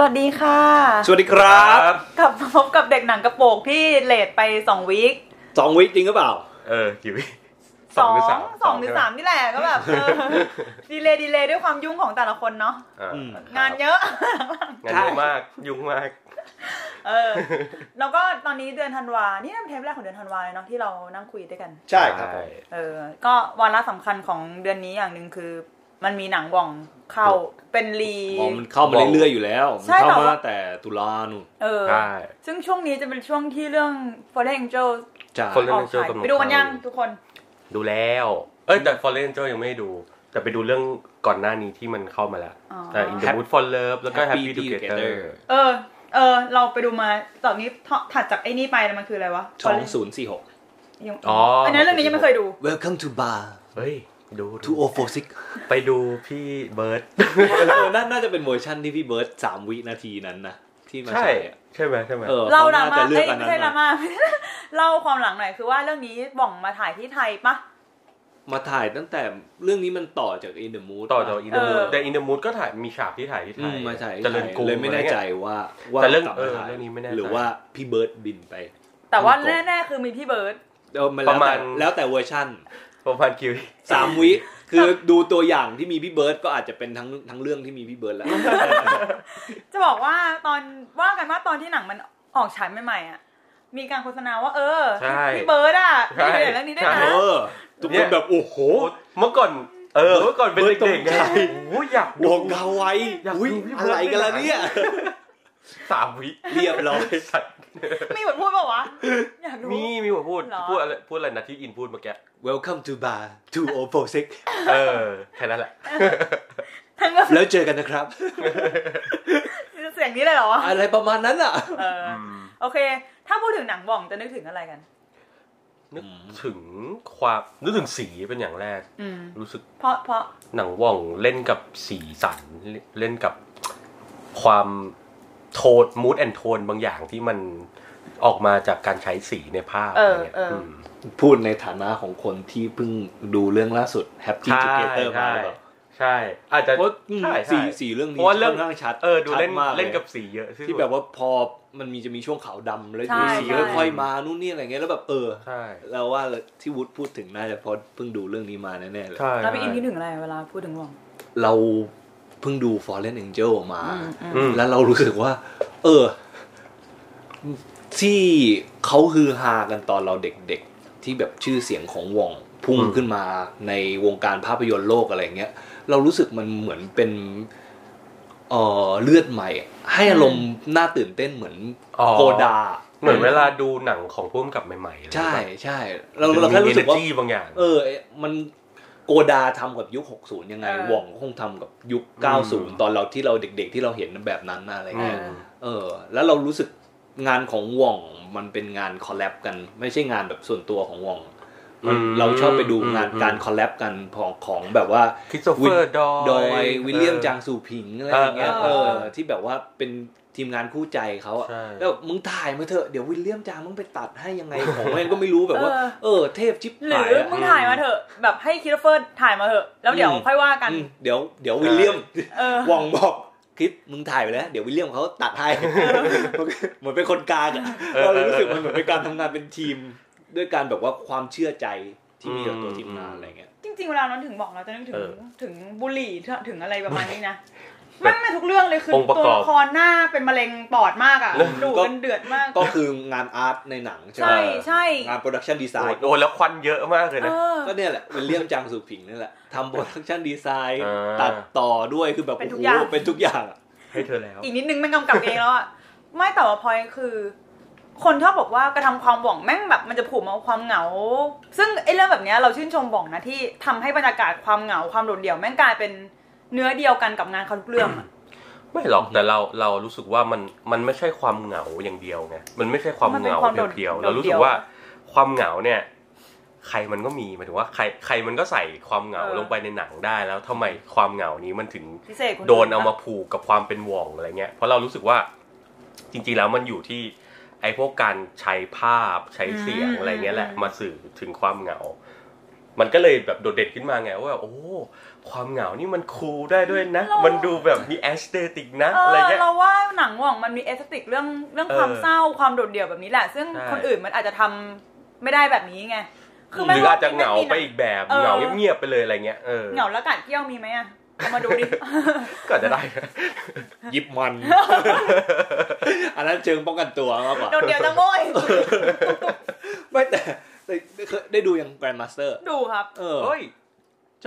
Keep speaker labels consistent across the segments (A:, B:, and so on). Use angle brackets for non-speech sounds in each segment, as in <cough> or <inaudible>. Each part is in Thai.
A: วัสดีค่ะ
B: สวัสดีครับ
A: กลับมาพบกับเด็กหนังกระโปกที่เลทไปสองวีค
B: สองวิกจริงหรือเปล่า
C: เออกี่วิ
A: สอง
C: ส
A: สองหรือสามนี่แหละก็แบบเออดีเลยดีเลยด้วยความยุ่งของแต่ละคนเนาะ
B: อืม
A: งานเยอะ
C: งานยุ่งมากยุ่งมาก
A: เออ แล้วก็ตอนนี้เดือนธันวานี่เป็นเทปแรกของเดือนธันวาเลยเนาะที่เรานั่งคุยด้วยกัน
B: ใช่ครับผม
A: เออ ก็วาระสำคัญของเดือนนี้อย่างหนึ่งคือ มันมีหนังบ่องเข้าเป็นรี
B: อ๋อมันเข้ามาเรื่อยๆอยู่แล้ว มัน
A: ใช่
B: เข้า
A: แต่
B: มา
A: ว่า
B: ตั้งแต่ตุลานู่น
A: เออ
C: ใช่
A: ซึ่งช่วงนี้จะเป็นช่วงที่เรื่อง Fallen Angel
B: ใช่
C: คนเล่
A: อน อก
C: เจ้า
A: ฉาย
C: กำลัง
A: ไปดูกันยังทุกคน
C: ดูแล้ว เอ้ยแต่ฟอร์เรนเจ้ายังไม่ได้ดู แต่ไปดูเรื่องก่อนหน้านี้ที่มันเข้ามาแล้ว
A: อ๋อ
C: แต่ In the Mood for Love แล้วก็ Happy Together
A: เออ เออ เราไปดูมาตอนนี้ถัดจากไอ้นี่ไปนะมันคืออะไรวะ
B: สองศูนย์สี่หก
A: ยัง
C: อ๋ออั
A: อันนั้นเรื่องนี้ยังไม่เคยดู
B: Welcome to bar
C: เฮ้ย ดูดู
B: 2046
C: ไปดูพี่เบิร์ด
B: น่าน่าจะเป็นเวอร์ <laughs> ชั่นที่พี่เบิร์ตสามวินาทีนั้นนะ ที่มา
C: ใช่
B: ฉายอะ
C: ใช่ไหมใช่ไหม
B: ออ
A: เล่าด
B: ข
A: ราม่า
B: จะเลื
A: เอ้
B: อก
A: ย
B: อัน
A: ไม่
B: นั้น
A: ใช่ดรา <laughs>
B: มา
A: ม่า เล่าความหลังหน่อยคือว่าเรื่องนี้บ่องมาถ่ายที่ไทยปะ
B: มาถ่ายตั้งแต่เรื่องนี้มันต่อจาก In the Mood
C: ต่อจาก In the
A: เออ
C: Mood แต่ In the Mood ก็ถ่ายมีฉากที่ถ่ายที่
B: อื
C: ถ่าม ย
B: มาถ่าย
C: เจริญกรุง
B: เลยไม่แน่ใจว่าว่า
C: แต่เรื่อง
B: กลับ
C: เอ
B: มา
C: อ
B: ถ่าย
C: เรื่องนี้ไม่แน่ใจ
B: หรือว่าพี่เบิร์ตบินไป
A: แต่ว่าแน่ๆคือมีพี่เบิร์ด
B: เออมันแล้ว
C: ประมา
B: แต่
C: ณ
B: แล้วแต่เวอร์ชั่น
C: ประมาณกี่วิ
B: สามวิคือดูตัวอย่างที่มีพี่เบิร์ดก็อาจจะเป็นทั้งทั้งเรื่องที่มีพี่เบิร์ดแล้ว
A: จะบอกว่าตอนว่ากันว่าตอนที่หนังมันออกฉายใหม่ๆอ่ะ มีการโฆษณาว่าเออ
C: ใช่
A: พี่เบิร์ดอ่ะมีเรื่องนี้ด้วย
C: ใช่
A: นะ
B: เออ ทุกคนแบบโอ้โห
C: เมื่อก่อน เออ เมื่อก่อนเป็น
B: เบิร์ดตรง
C: เด็กๆไง
B: ใจ
C: โอ้ยอยาก
B: ด
C: ดู
B: วงเงาไว้
C: อยากดู
B: อุ้ย
C: พี่
B: อะ
C: เบิร์
B: ไร
C: ด
B: กันล่ะเนี่ย
C: สามวิ
B: เรียบร้อย
A: มีบทพูดเปล่าวะ อยากรู้
C: มีมีผมพูด
A: หรอ
C: พูดอะไรพูดอะไรนะที่อินพูดเมื่อกี้
B: Welcome to bar 2046
C: เออ แค่นั้นแหละ
A: ทั้งเรื่อง
B: แล้วเจอกันนะครับ
A: เสียงนี้เลยเหรอ
B: อะไรประมาณนั้นอ่ะ
A: เอออโอเค ถ้าพูดถึงหนังบ่องจะนึกถึงอะไรกัน
C: นึกถึงความนึกถึงสีเป็นอย่างแรก
A: อืม
C: รู้สึก
A: เพราะเพราะ
C: หนังว่องเล่นกับสีสันเลเล่นกับความโทนมูดแอนโทนบางอย่างที่มันออกมาจากการใช้สีในภาพ
A: เออ
C: ะไรงี้ย
A: เออ
C: ม
B: พูดในฐานะของคนที่เพิ่งดูเรื่องล่าสุด Happy
C: ใช่
B: Together มา
C: ใช่
B: หรือเปล่า
C: ใช่ อาจจะ
B: เพราะอืม
C: ใช่ใช่
B: สี่สี่เรื่องนี้
C: เพราะว่าเรื่อง
B: ค่อนข้างชัด
C: เออ ดูเล่น
B: ชัมากย
C: เล่นกับสีเยอะที่สุด
B: ที่แบบว่าพอมันมีจะมีช่วงขาวดำแล้ว
A: ใช่
B: มีสี
A: ใช่
B: ค่อยๆมานู่นนี่อะไรเงี้ยแล้วแบบเออ
C: ใช่
B: เราว่าที่วุฒิพูดถึงน่าจะเพอเพิ่งดูเรื่องนี้มาแน่ๆเลย
C: ใช่
A: แล้วพี่อินคิดถึงอะไรเวลาพูดถึงบ่อง
B: เราเพิ่งดู Fallen Angel มา
A: อืมอืม
C: อืม
B: แล้วเรารู้สึกว่า เออ ที่เขาฮือฮากันตอนเราเด็กๆ ที่แบบชื่อเสียงของวองพุ่ง
C: อืม
B: ขึ้นมาในวงการภาพยนตร์โลกอะไรเงี้ยเรารู้สึกมันเหมือนเป็นเออเลือดใหม่ ให้อารมณ์น่าตื่นเต้นเหมือน
C: อ๋อ
B: โกดา
C: เหมือนเวลาดูหนังของพุ่มกับใหม่ๆ
B: ใช่ใช่เราเรา
C: เราเรา
B: แค่
C: แค่
B: รู้
C: รู้
B: สึ
C: สึ
B: ก
C: ก
B: ว่า
C: ว่าบางอย่าง
B: เออ มันโกดาทำกับยุค 60 ยังไง
A: เออ
B: หว่องก็คงทำกับยุค
C: ม
B: 90 ตอนเราที่เราเด็กๆ ที่เราเห็นแบบนั้นน่ะอะไร
C: อื
B: เงี้ย
C: ม
B: เออ แล้วเรารู้สึกงานของหว่องมันเป็นงานคอลแลบกัน ไม่ใช่งานแบบส่วนตัวของหว่องมันเราชอบไปดูงานการคอลแลบกันของของแบบว่า
C: คริสโตเฟอร์ดอย
B: โดยวิลเลียมจางสูผิงอะไรอย่างเงี้ยเอ
A: เออ
B: อ
A: เออ
B: ที่แบบว่าเป็นทีมงานคู่ใจเขาอะ
C: ใช่
B: แล้วมึงถ่ายมาเถอะเดี๋ยววิลเลียมจางมึงไปตัดให้ยังไงของแม่งก็ไม่รู้แบบว่า เออ เทพชิบ
A: หรื
B: หา
A: อย
B: อะ
A: มึงถ่ายมาเถอะ แบบให้คิดเฟอร์ถ่ายมาเถอะ แล้วเดี๋ยวค่อยว่ากัน
B: อืมเดี๋ยวเดี๋ยววิลเลียม
A: เออ
B: <laughs> วองบอกคลิปมึงถ่ายไปแล้วเดี๋ยววิลเลียมเขาตัดให้ <laughs> เหมือนเป็นคนกลางอะ
C: เออ
B: เราเลยรู้สึกมันเหมือนเป็นการทำงานเป็นทีม ด้วยการแบบว่าความเชื่อใจที่มีต่อตัว
C: อืม
B: ทีมงานอะไรเงี้ย
A: จริงๆเวลาเราถึงบอกเราจะนึกถึ
C: เอง อ
A: ถึงบุหรี่ถึงอะไรประมาณนี้นะ
C: แบ
A: แม่
C: บ
A: งไม่ทุกเรื่องเลยคือ
C: องค์ประ
A: ตัว
C: กอบ
A: ละครหน้าเป็นมะเร็งปอดมากอ่ะ
B: เออ
A: ดูกันเดือดมาก
B: ก็คืองานอาร์ตในหนังใช่ไหม
A: ใช่ใช่
B: งานโปรดักชันดีไซ
C: โอ้
B: น์
C: โหแล้วควันเยอะมากเลย
A: เอ
C: นะ
A: อ
B: ก็เนี่ยแหละวิลเลียมจางสุผิงนี่แหละทำโปรดักชันดีไซน์
C: อ่า
B: ตัดต่อด้วยคือแบบ
A: เป็นทุ
B: โอ้
A: ก
B: โห
A: อย่าง
B: เป็นทุกอย่างอะ
C: ให้เธอแล้ว
A: อีกนิดนึงแม่งกำกับเองแล้ว
C: <laughs>
A: อ่ะไม่แต่ว่าพอยคือ คนชอบบอกว่ากระทำความหว่องแม่งแบบมันจะผูกมากับความเหงา ซึ่งไอ้เรื่องแบบเนี้ยเราชื่นชมบ่องนะที่ทำให้บรรยากาศความเหงาความโดดเดี่ยวแม่งกลายเป็นเนื้อเดียวกันกับงานเขาทุกเรื่อง
C: <coughs>
A: อะ
C: ไม่หรอกแต่เราเรารู้สึกว่ามันมันไม่ใช่ความเหงาอย่างเดียวไงมันไม่ใช่ความเหงาเพียวๆเรารู้สึกว่าความเหงาเนี่ย ใครมันก็มีหมายถึงว่าใครใครมันก็ใส่ความเหงาลงไปในหนังได้แล้วทำไมความเหงานี้มันถึง
A: พิเศษคน
C: โดนเอามาผูกกับความเป็นหว่องอะไรเงี้ย เพราะเรารู้สึกว่าจริงๆแล้วมันอยู่ที่ไอ้พวกการใช้ภาพใช้เสียงอะไรเงี้ยแหละ มาสื่อถึงความเหงา มันก็เลยแบบโดดเด่นขึ้นมาไงว่าแบบโอ้ความเหงานี่มันคูลได้ด้วยนะ
A: เรา
C: มันดูแบบมีแอสเตติกนะ
A: เอ
C: อะไร
A: อ
C: เงี้ย
A: เราว่าหนังหว่องมันมีเอสติกเรื่องเรื่องความ
C: เออ
A: เศร้าความโดดเดี่ยวแบบนี้แหละ ซึ่ง
C: ใช่
A: คนอื่นมันอาจจะทำไม่ได้แบบนี้ไง
C: หรืออาจจะเหงา
A: ม่มี
C: ไปอีกแบบ
A: เออ
C: เหงาเงียบๆไปเลยอะไรเงี้ยเออ
A: เหงาแล้วกัดเกี้ยวมีไหมอะเอามาดูดิ <laughs>
C: ก็อาจจะได้นะ
B: ยิบมัน อันนั้นเชิงป้องกันตัวมากกว่า
A: โดดเดี่ยวจะโง่ย <laughs>
B: ไม่แต่แต่เคยได้ดูยังแกรนด์มาสเตอร์
A: ดูครับ
B: เออ
C: เฮ้ย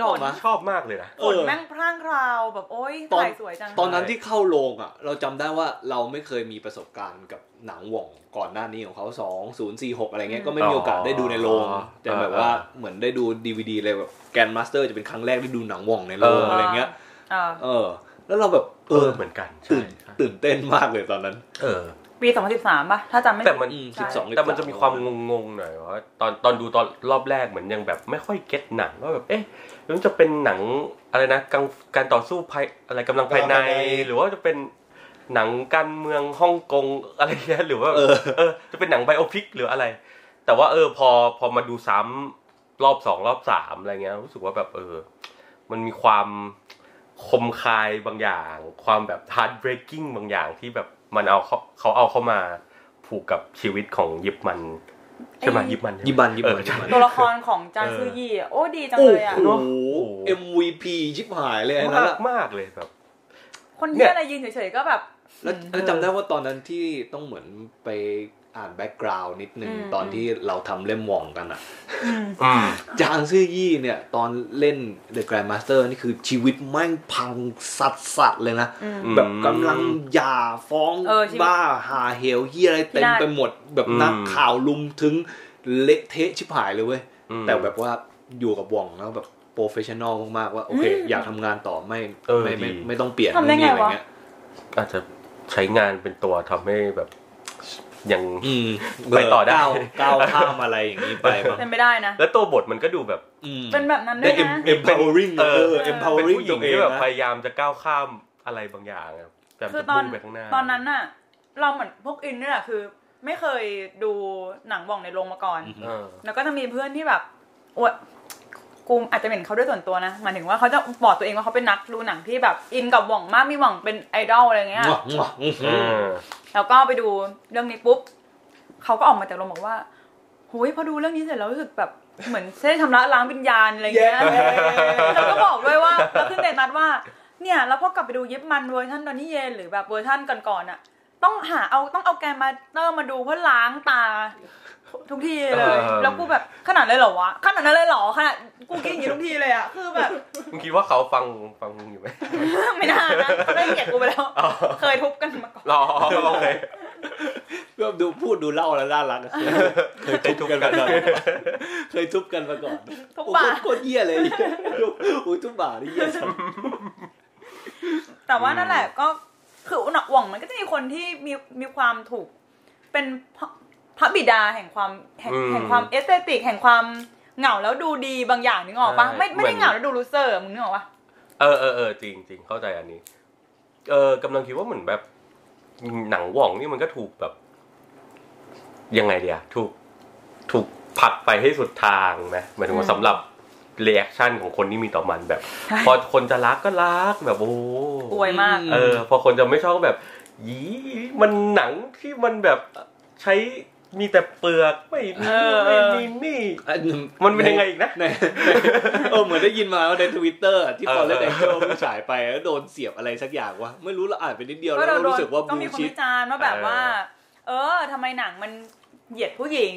B: ชอบมะ
C: ชอบมากเลยนะ
A: ผลแม่งพร่างพราวแบบโอ๊ย
B: ตอน
A: ถ่ายสวยจัง
B: ตอนนั้นที่เข้าโรงอ่ะ เราจำได้ว่าเราไม่เคยมีประสบการณ์กับหนังหว่องก่อนหน้านี้ของเขาสองศูนย์สี่หกอะไรเงี้ยก็ไม่มีโอกาสได้ดูในโรง
C: อ๋อ
B: แต่แบบว่าเหมือนได้ดูดีวดีเลยแบบแกรนด์มาสเตอร์จะเป็นครั้งแรกได้ดูหนังหว่องในโรง
C: เอออ
B: อะไรเงี้ย
A: เอ่อ
B: เออ แล้วเราแบบเอ
C: เอ
B: อ
C: อเหมือนกันใช่
B: ตื่น
C: ใช่
B: ตื่นเต้นมากเลยตอนนั้น
C: เออ
A: ปี 2013 ป่ะ ถ้าจำไม่
C: แต่
A: ผิด
C: มัน
B: อืม
A: ใช่
B: สิบสอง
C: แต่มันจะมีความงงๆหน่อยว่าตอนตอนดูตอนรอบแรกเหมือนยังแบบไม่ค่อยเก็ตหนังว่าแบบเอ๊ะแล้วมันจะเป็นหนังอะไรนะกังการต่อสู้ภายอะไรกำลังภายใน
D: กำลังภายใน
C: หรือว่าจะเป็นหนังการเมืองฮ่องกงอะไรเงี้ยหรือว่า
B: เออ
C: เออจะเป็นหนังไบโอพิกหรืออะไร แต่ว่าเออพอพอมาดูซ้ำรอบสองรอบสามอะไรเงี้ยรู้สึกว่าแบบเออ มันมีความคมคายบางอย่าง ความแบบ hard breaking บางอย่างที่แบบมันเอาเขาเขาเอาเข้ามาผูกกับชีวิตของยิบมันใช่ไหม
A: ไอ้
C: ยิบมันใช่ไหม
B: ยิบันยิบัน
C: เออใช่
A: ตัวละครของจาง
C: เออ
A: ซือยี่อะโอ้ดีจัง
B: โอ้
A: เลยอะ
B: โห
C: เนอะ
B: MVP ชิบหายเลยอันนน
C: มา
B: อะ
C: กมากเลยแบบ
A: คน
C: เนี่
A: เที่
C: ย
A: อะไรยืนเฉยๆก็แบบ
B: แล้วแล้วจำได้ว่าตอนนั้นที่ต้องเหมือนไปอ่านแบ็กกราวน์นิดนึง
A: อืม
B: ตอนที่เราทำเล่มหว่องกันอะ
A: อืม
C: อืม
B: จางซื่อยี่เนี่ย ตอนเล่น The Grandmaster นี่คือชีวิตแม่งพังสัดสัเลยนะ
A: อืม
C: อืม
B: แบบกำลังหย่าฟ้อง
A: เออชีวิต
B: บ้าหาเหวเหียอะไรเต็ม
A: พินาศ
B: ไปหมด แบบ
C: อืม
B: นักข่าวลุมถึงเละเทะชิบหายเลยเว้ย
C: อืม
B: แต่แบบว่าอยู่กับหว่องแล้วแบบโปรเฟชชั่นอลมากๆว่าโอเค อยากทำงานต่อไม่
C: เออ
B: ไม่ไม่
C: ดี
B: ไม่ต้องเปลี่ยน
A: ทำได้ไง
B: นู่นนี่อะไร
A: วะ
B: เงี้ย
C: อาจจะใช้งานเป็นตัวทำให้แบบยัง
B: อืม
C: ไปต่อได้
B: ก้าวก้าวข้ามอะไรอย่างนี้ไปมั้ง
A: เป็นไปได้นะ
C: แล้วตัวบทมันก็ดูแบบ
B: อืม
A: เป็นแบบนั้นด้
B: ได้
A: วยนะ
B: em- empowering
C: เอ
B: เอ
C: อ
B: อ
C: เป็น
B: empowering
C: ผู้หญิ
B: ตั
C: ง
B: วเอ
C: ที่
B: ง
C: แบบ
B: นะ
C: พยายามจะก้าวข้ามอะไรบางอย่างอะแบบ
A: คือ
C: จะ
A: ตอน
C: มุ่งไปข้างหน้า
A: ตอนนั้นน่ะ เราเหมือนพวกอินนี่แหละคือ ไม่เคยดูหนังว่องในโรงมาก่อน
C: เออ
A: แล้วก็จะมีเพื่อนที่แบบอวดกูอาจจะเห็นเขาด้วยส่วนตัวนะหมายถึงว่าเขาจะบอกตัวเองว่าเขาเป็นนักดูหนังที่แบบอินกับหว่องมากมีหว่องเป็นไอดอลอะไรเงี้ย
B: มั่วมั่วอื้อหื
C: เอ
B: อ
C: อ
A: แล้วก็ไปดูเรื่องนี้ปุ๊บเขาก็ออกมาจากโรงบอกว่าโห้ยพอดูเรื่องนี้เสร็จแล้วรู้สึกแบบเหมือนได้ทำละล้างวิญญาณอะไร
B: เย้
A: เงี้ย <laughs> แล้วก็บอกด้วยว่าแล้วขึ้นเดนัดว่า เนี่ยแล้วพอกลับไปดูยิปมันเวอร์ชันตอนนี้เย็นหรือแบบเวอร์ชันก่อนๆอะต้องหาเอาต้องเอาแกนมาเตอร์มาดูเพื่อล้างตา ทุกทีเลย
C: เออ
A: แล้วกูแบบขนาดเลยเหรอวะขนาดนั้นเลยเหรอขนาดกูคิดอย่างนี้ทุกทีเลยอะคือแบบ <laughs>
C: มึงคิดว่าเขาฟังฟังมึงอยู่ไหม
A: ไม่น่านะเขาได้เกลียดกูไปแล้ว
C: อ๋อ
A: เคยทุบกันมาก่อน
C: <laughs> รอโอเค
B: แบบดูพูดดูเล่าแล้วน่ารักเคยทุบกันมาก่อนเคยทุบกันมาก่อน
A: ทุบบ่า
B: โอ้โหโคตรเหี้ยเลยโอ้ยทุบบ่านี่เหี้ยสัส
A: แต่ว่า
C: อืม
A: นั่นแหละก็คือหนักหว่องมันก็จะมีคนที่มีมีความถูกเป็นพระพระบิดาแห่งความแห่ง
C: อืม
A: แห่งความเอสเตติกแห่งความเหงาแล้วดูดีบางอย่างนึกออกปะ
C: ใช่
A: ไม่ไม่ได้
C: เหมือน
A: เหงาแล้วดูรู้เซอร์มึงนึกออกปะ
C: เออเออเออจริงจริงเข้าใจอันนี้ เออกำลังคิดว่าเหมือนแบบ หนังหว่องนี่มันก็ถูกแบบ ยังไงเดียถูก ถูกผลักไปให้สุดทางไหมหมายถึงว่าสำหรับเรีแอคชั่นของคนที่มีต่อมันแบบ พอคนจะรักก็รักแบบโอ้
A: อวยมาก
B: อืม
C: เออ พอคนจะไม่ชอบก็แบบยีมันหนังที่มันแบบใช้มีแต่เปลือกไม่มี
A: เออเอ
C: ไม่
A: อ
C: มีนี่
B: อัน
C: มันเป็นยังไงอีกนะ
B: ในในเออเหมือนได้ยินมาว่าในทวิตเตอร์ที่
C: เออ
B: ฟอร์เรส
C: เอ
B: แอ
C: อ
B: งเกิลฉายไปแล้วโดนเสียบอะไรสักอย่างวะไม่รู้เราอ่านไปนิดเดียว
A: ก็
B: แล้ว
A: เรา
B: เรา
A: โดน
B: รู้สึกว่า
A: ก็
B: บู
A: มีคน
B: ชิด
A: วิจารณ์ว่าแบบ
C: เออ
A: ว่า เออทำไมหนังมันเหยียดผู้หญิง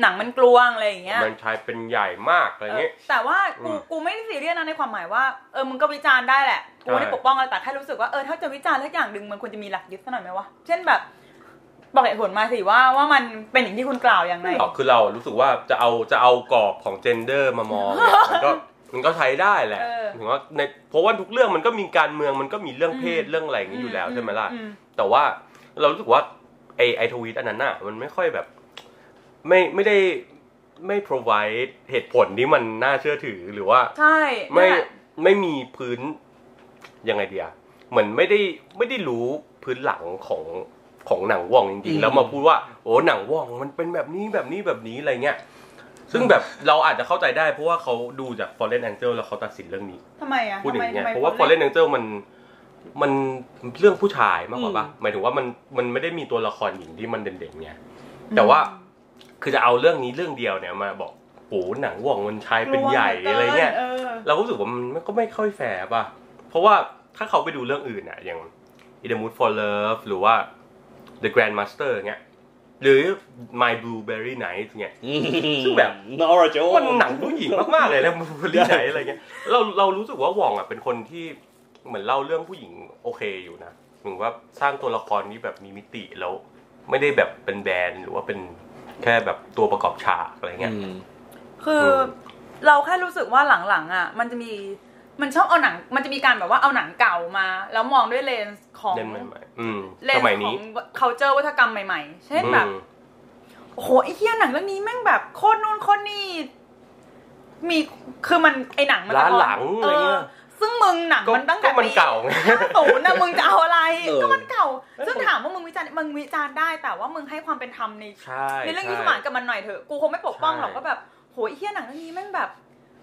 A: หนังมันกลวงอะไรอย่างเงี้ย
C: มันชายเป็นใหญ่มากอะไรเงี้ย
A: เออแต่ว่ากู
C: อืม
A: กูไม่ได้ซีเรียสนะในความหมายว่าเออมึงก็วิจารณ์ได้แหละกูไม่ได้
C: ใช่
A: ปกป้องอะไรแต่แค่รู้สึกว่าเออถ้าจะวิจารณ์สักอย่างหนึ่งมันควรจะมีหลักยึดซะหน่อยไหมวะเช่นแบบ บอกเหตุผลมาสิว่าว่ามันเป็นอย่างที่คุณกล่าวอย่างไร
C: อ๋อคือเรารู้สึกว่าจะเอาจะเอากรอบของเจนเดอร์มามอง
A: <laughs>
C: เนี่ยมันก็มันก็ใช้ได้แหละถึงว่าในเพราะว่าทุกเรื่องมันก็มีการเมืองมันก็มีเรื่องเพศเรื่องอะไรอย่างนี้อยู่แล้วใช่ไหมล่ะ
A: อืม
C: แต่ว่าเรารู้สึกว่าไอไอทวีตอันนั้นน่ะมันไม่ค่อยแบบ ไม่ไม่ได้ไม่ provide เหตุผลที่มันน่าเชื่อถือหรือว่า
A: ใช่
C: ไม่
A: นั่นแหละ
C: ไม่มีพื้นยังไงเดียเหมือนไม่ได้ไม่ได้รู้พื้นหลังของของหนังว่องจริงๆ แล้วมาพูดว่า โอ้หนังว่องมันเป็นแบบนี้แบบนี้แบบนี้อะไรเงี้ย ซึ่งแบบเราอาจจะเข้าใจได้เพราะว่าเขาดูจาก Fallen Angel แล้วเขาตัดสินเรื่องนี้
A: ทำไมอ่ะ
C: พูดอย่าง
A: ทำไม
C: นี้เนี่ย
A: ทำไม
C: เพราะว่า
A: คนเล่น
C: Fallen Angel มันมันเรื่องผู้ชายมากกว่าปะ
B: อืม
C: หมายถึงว่ามันมันไม่ได้มีตัวละครหญิงที่มันเด่นๆไง แต่ว่า คือจะเอาเรื่องนี้เรื่องเดียวเนี่ยมาบอกโหหนังว่องมันชายเป็นใหญ่
A: กว
C: อะไรเงี้ย
A: เออ
C: เรารู้สึกว่ามันก็ไม่ค่อยแฟร์ป่ะ เพราะว่าถ้าเขาไปดูเรื่องอื่นอะอย่าง In the Mood for Love หรือว่า The Grandmaster เงี้ย หรือ My Blueberry Night เงี้ย ซึ่งแบบ
B: นอร์โจ
C: มันหนังผู้หญิงมากๆเลยนะ <laughs> บ
A: <laughs>
C: ริไหนอะไรเงี้ยเราเรารู้สึกว่าหว่องอ่ะเป็นคนที่เหมือนเล่าเรื่องผู้หญิงโอเคอยู่นะหรือว่าสร้างตัวละครที่แบบมีมิติแล้ว ไม่ได้แบบเป็นแบรนด์หรือว่าเป็นแค่แบบตัวประกอบฉากอะไรเงี้ย
A: คืออ
C: ม
A: เราแค่รู้สึกว่าหลังๆอ่ะ มันจะมีมันชอบเอาหนัง มันจะมีการแบบว่าเอาหนังเก่ามา แล้วมองด้วยเลนส์ของ
C: เล่นใหม่ๆอืม
A: เลน
C: ส
A: ส์
C: มัย
A: ขอ
C: นี้
A: ง culture วัฒกรรมใหม่ๆ เช่นแบบ
C: อืม
A: โอ้โหไอ้เหี้ยหนังเรื่องนี้แม่งแบบโคตรนู่นโคตรนี่ มีคือมันไอ้หนังมั
C: ล้าหลัง
A: เอ
C: อะไรเงี้
A: อย ซึ่งมึงหนัง
C: ก็
A: มันตั้งแต่
C: ก็มัน
A: ปี
C: เก่าไง
A: ศูนย์นะมึงจะเอาอะไร
B: เออ
A: ก็มันเก่า ซึ่งถามว่ามึงวิจารณ์มึงวิจารณ์ได้แต่ว่ามึงให้ความเป็นธรรมใน
C: ใช่
A: ในเรื่อง
C: ใช่
A: ยุทธมานกับมันหน่อยเถอะกูคงไม่ปกป้องหรอก
C: ใช่
A: ว่าแบบโหไอ้เฮียหนังเรื่องนี้แม่งแบบ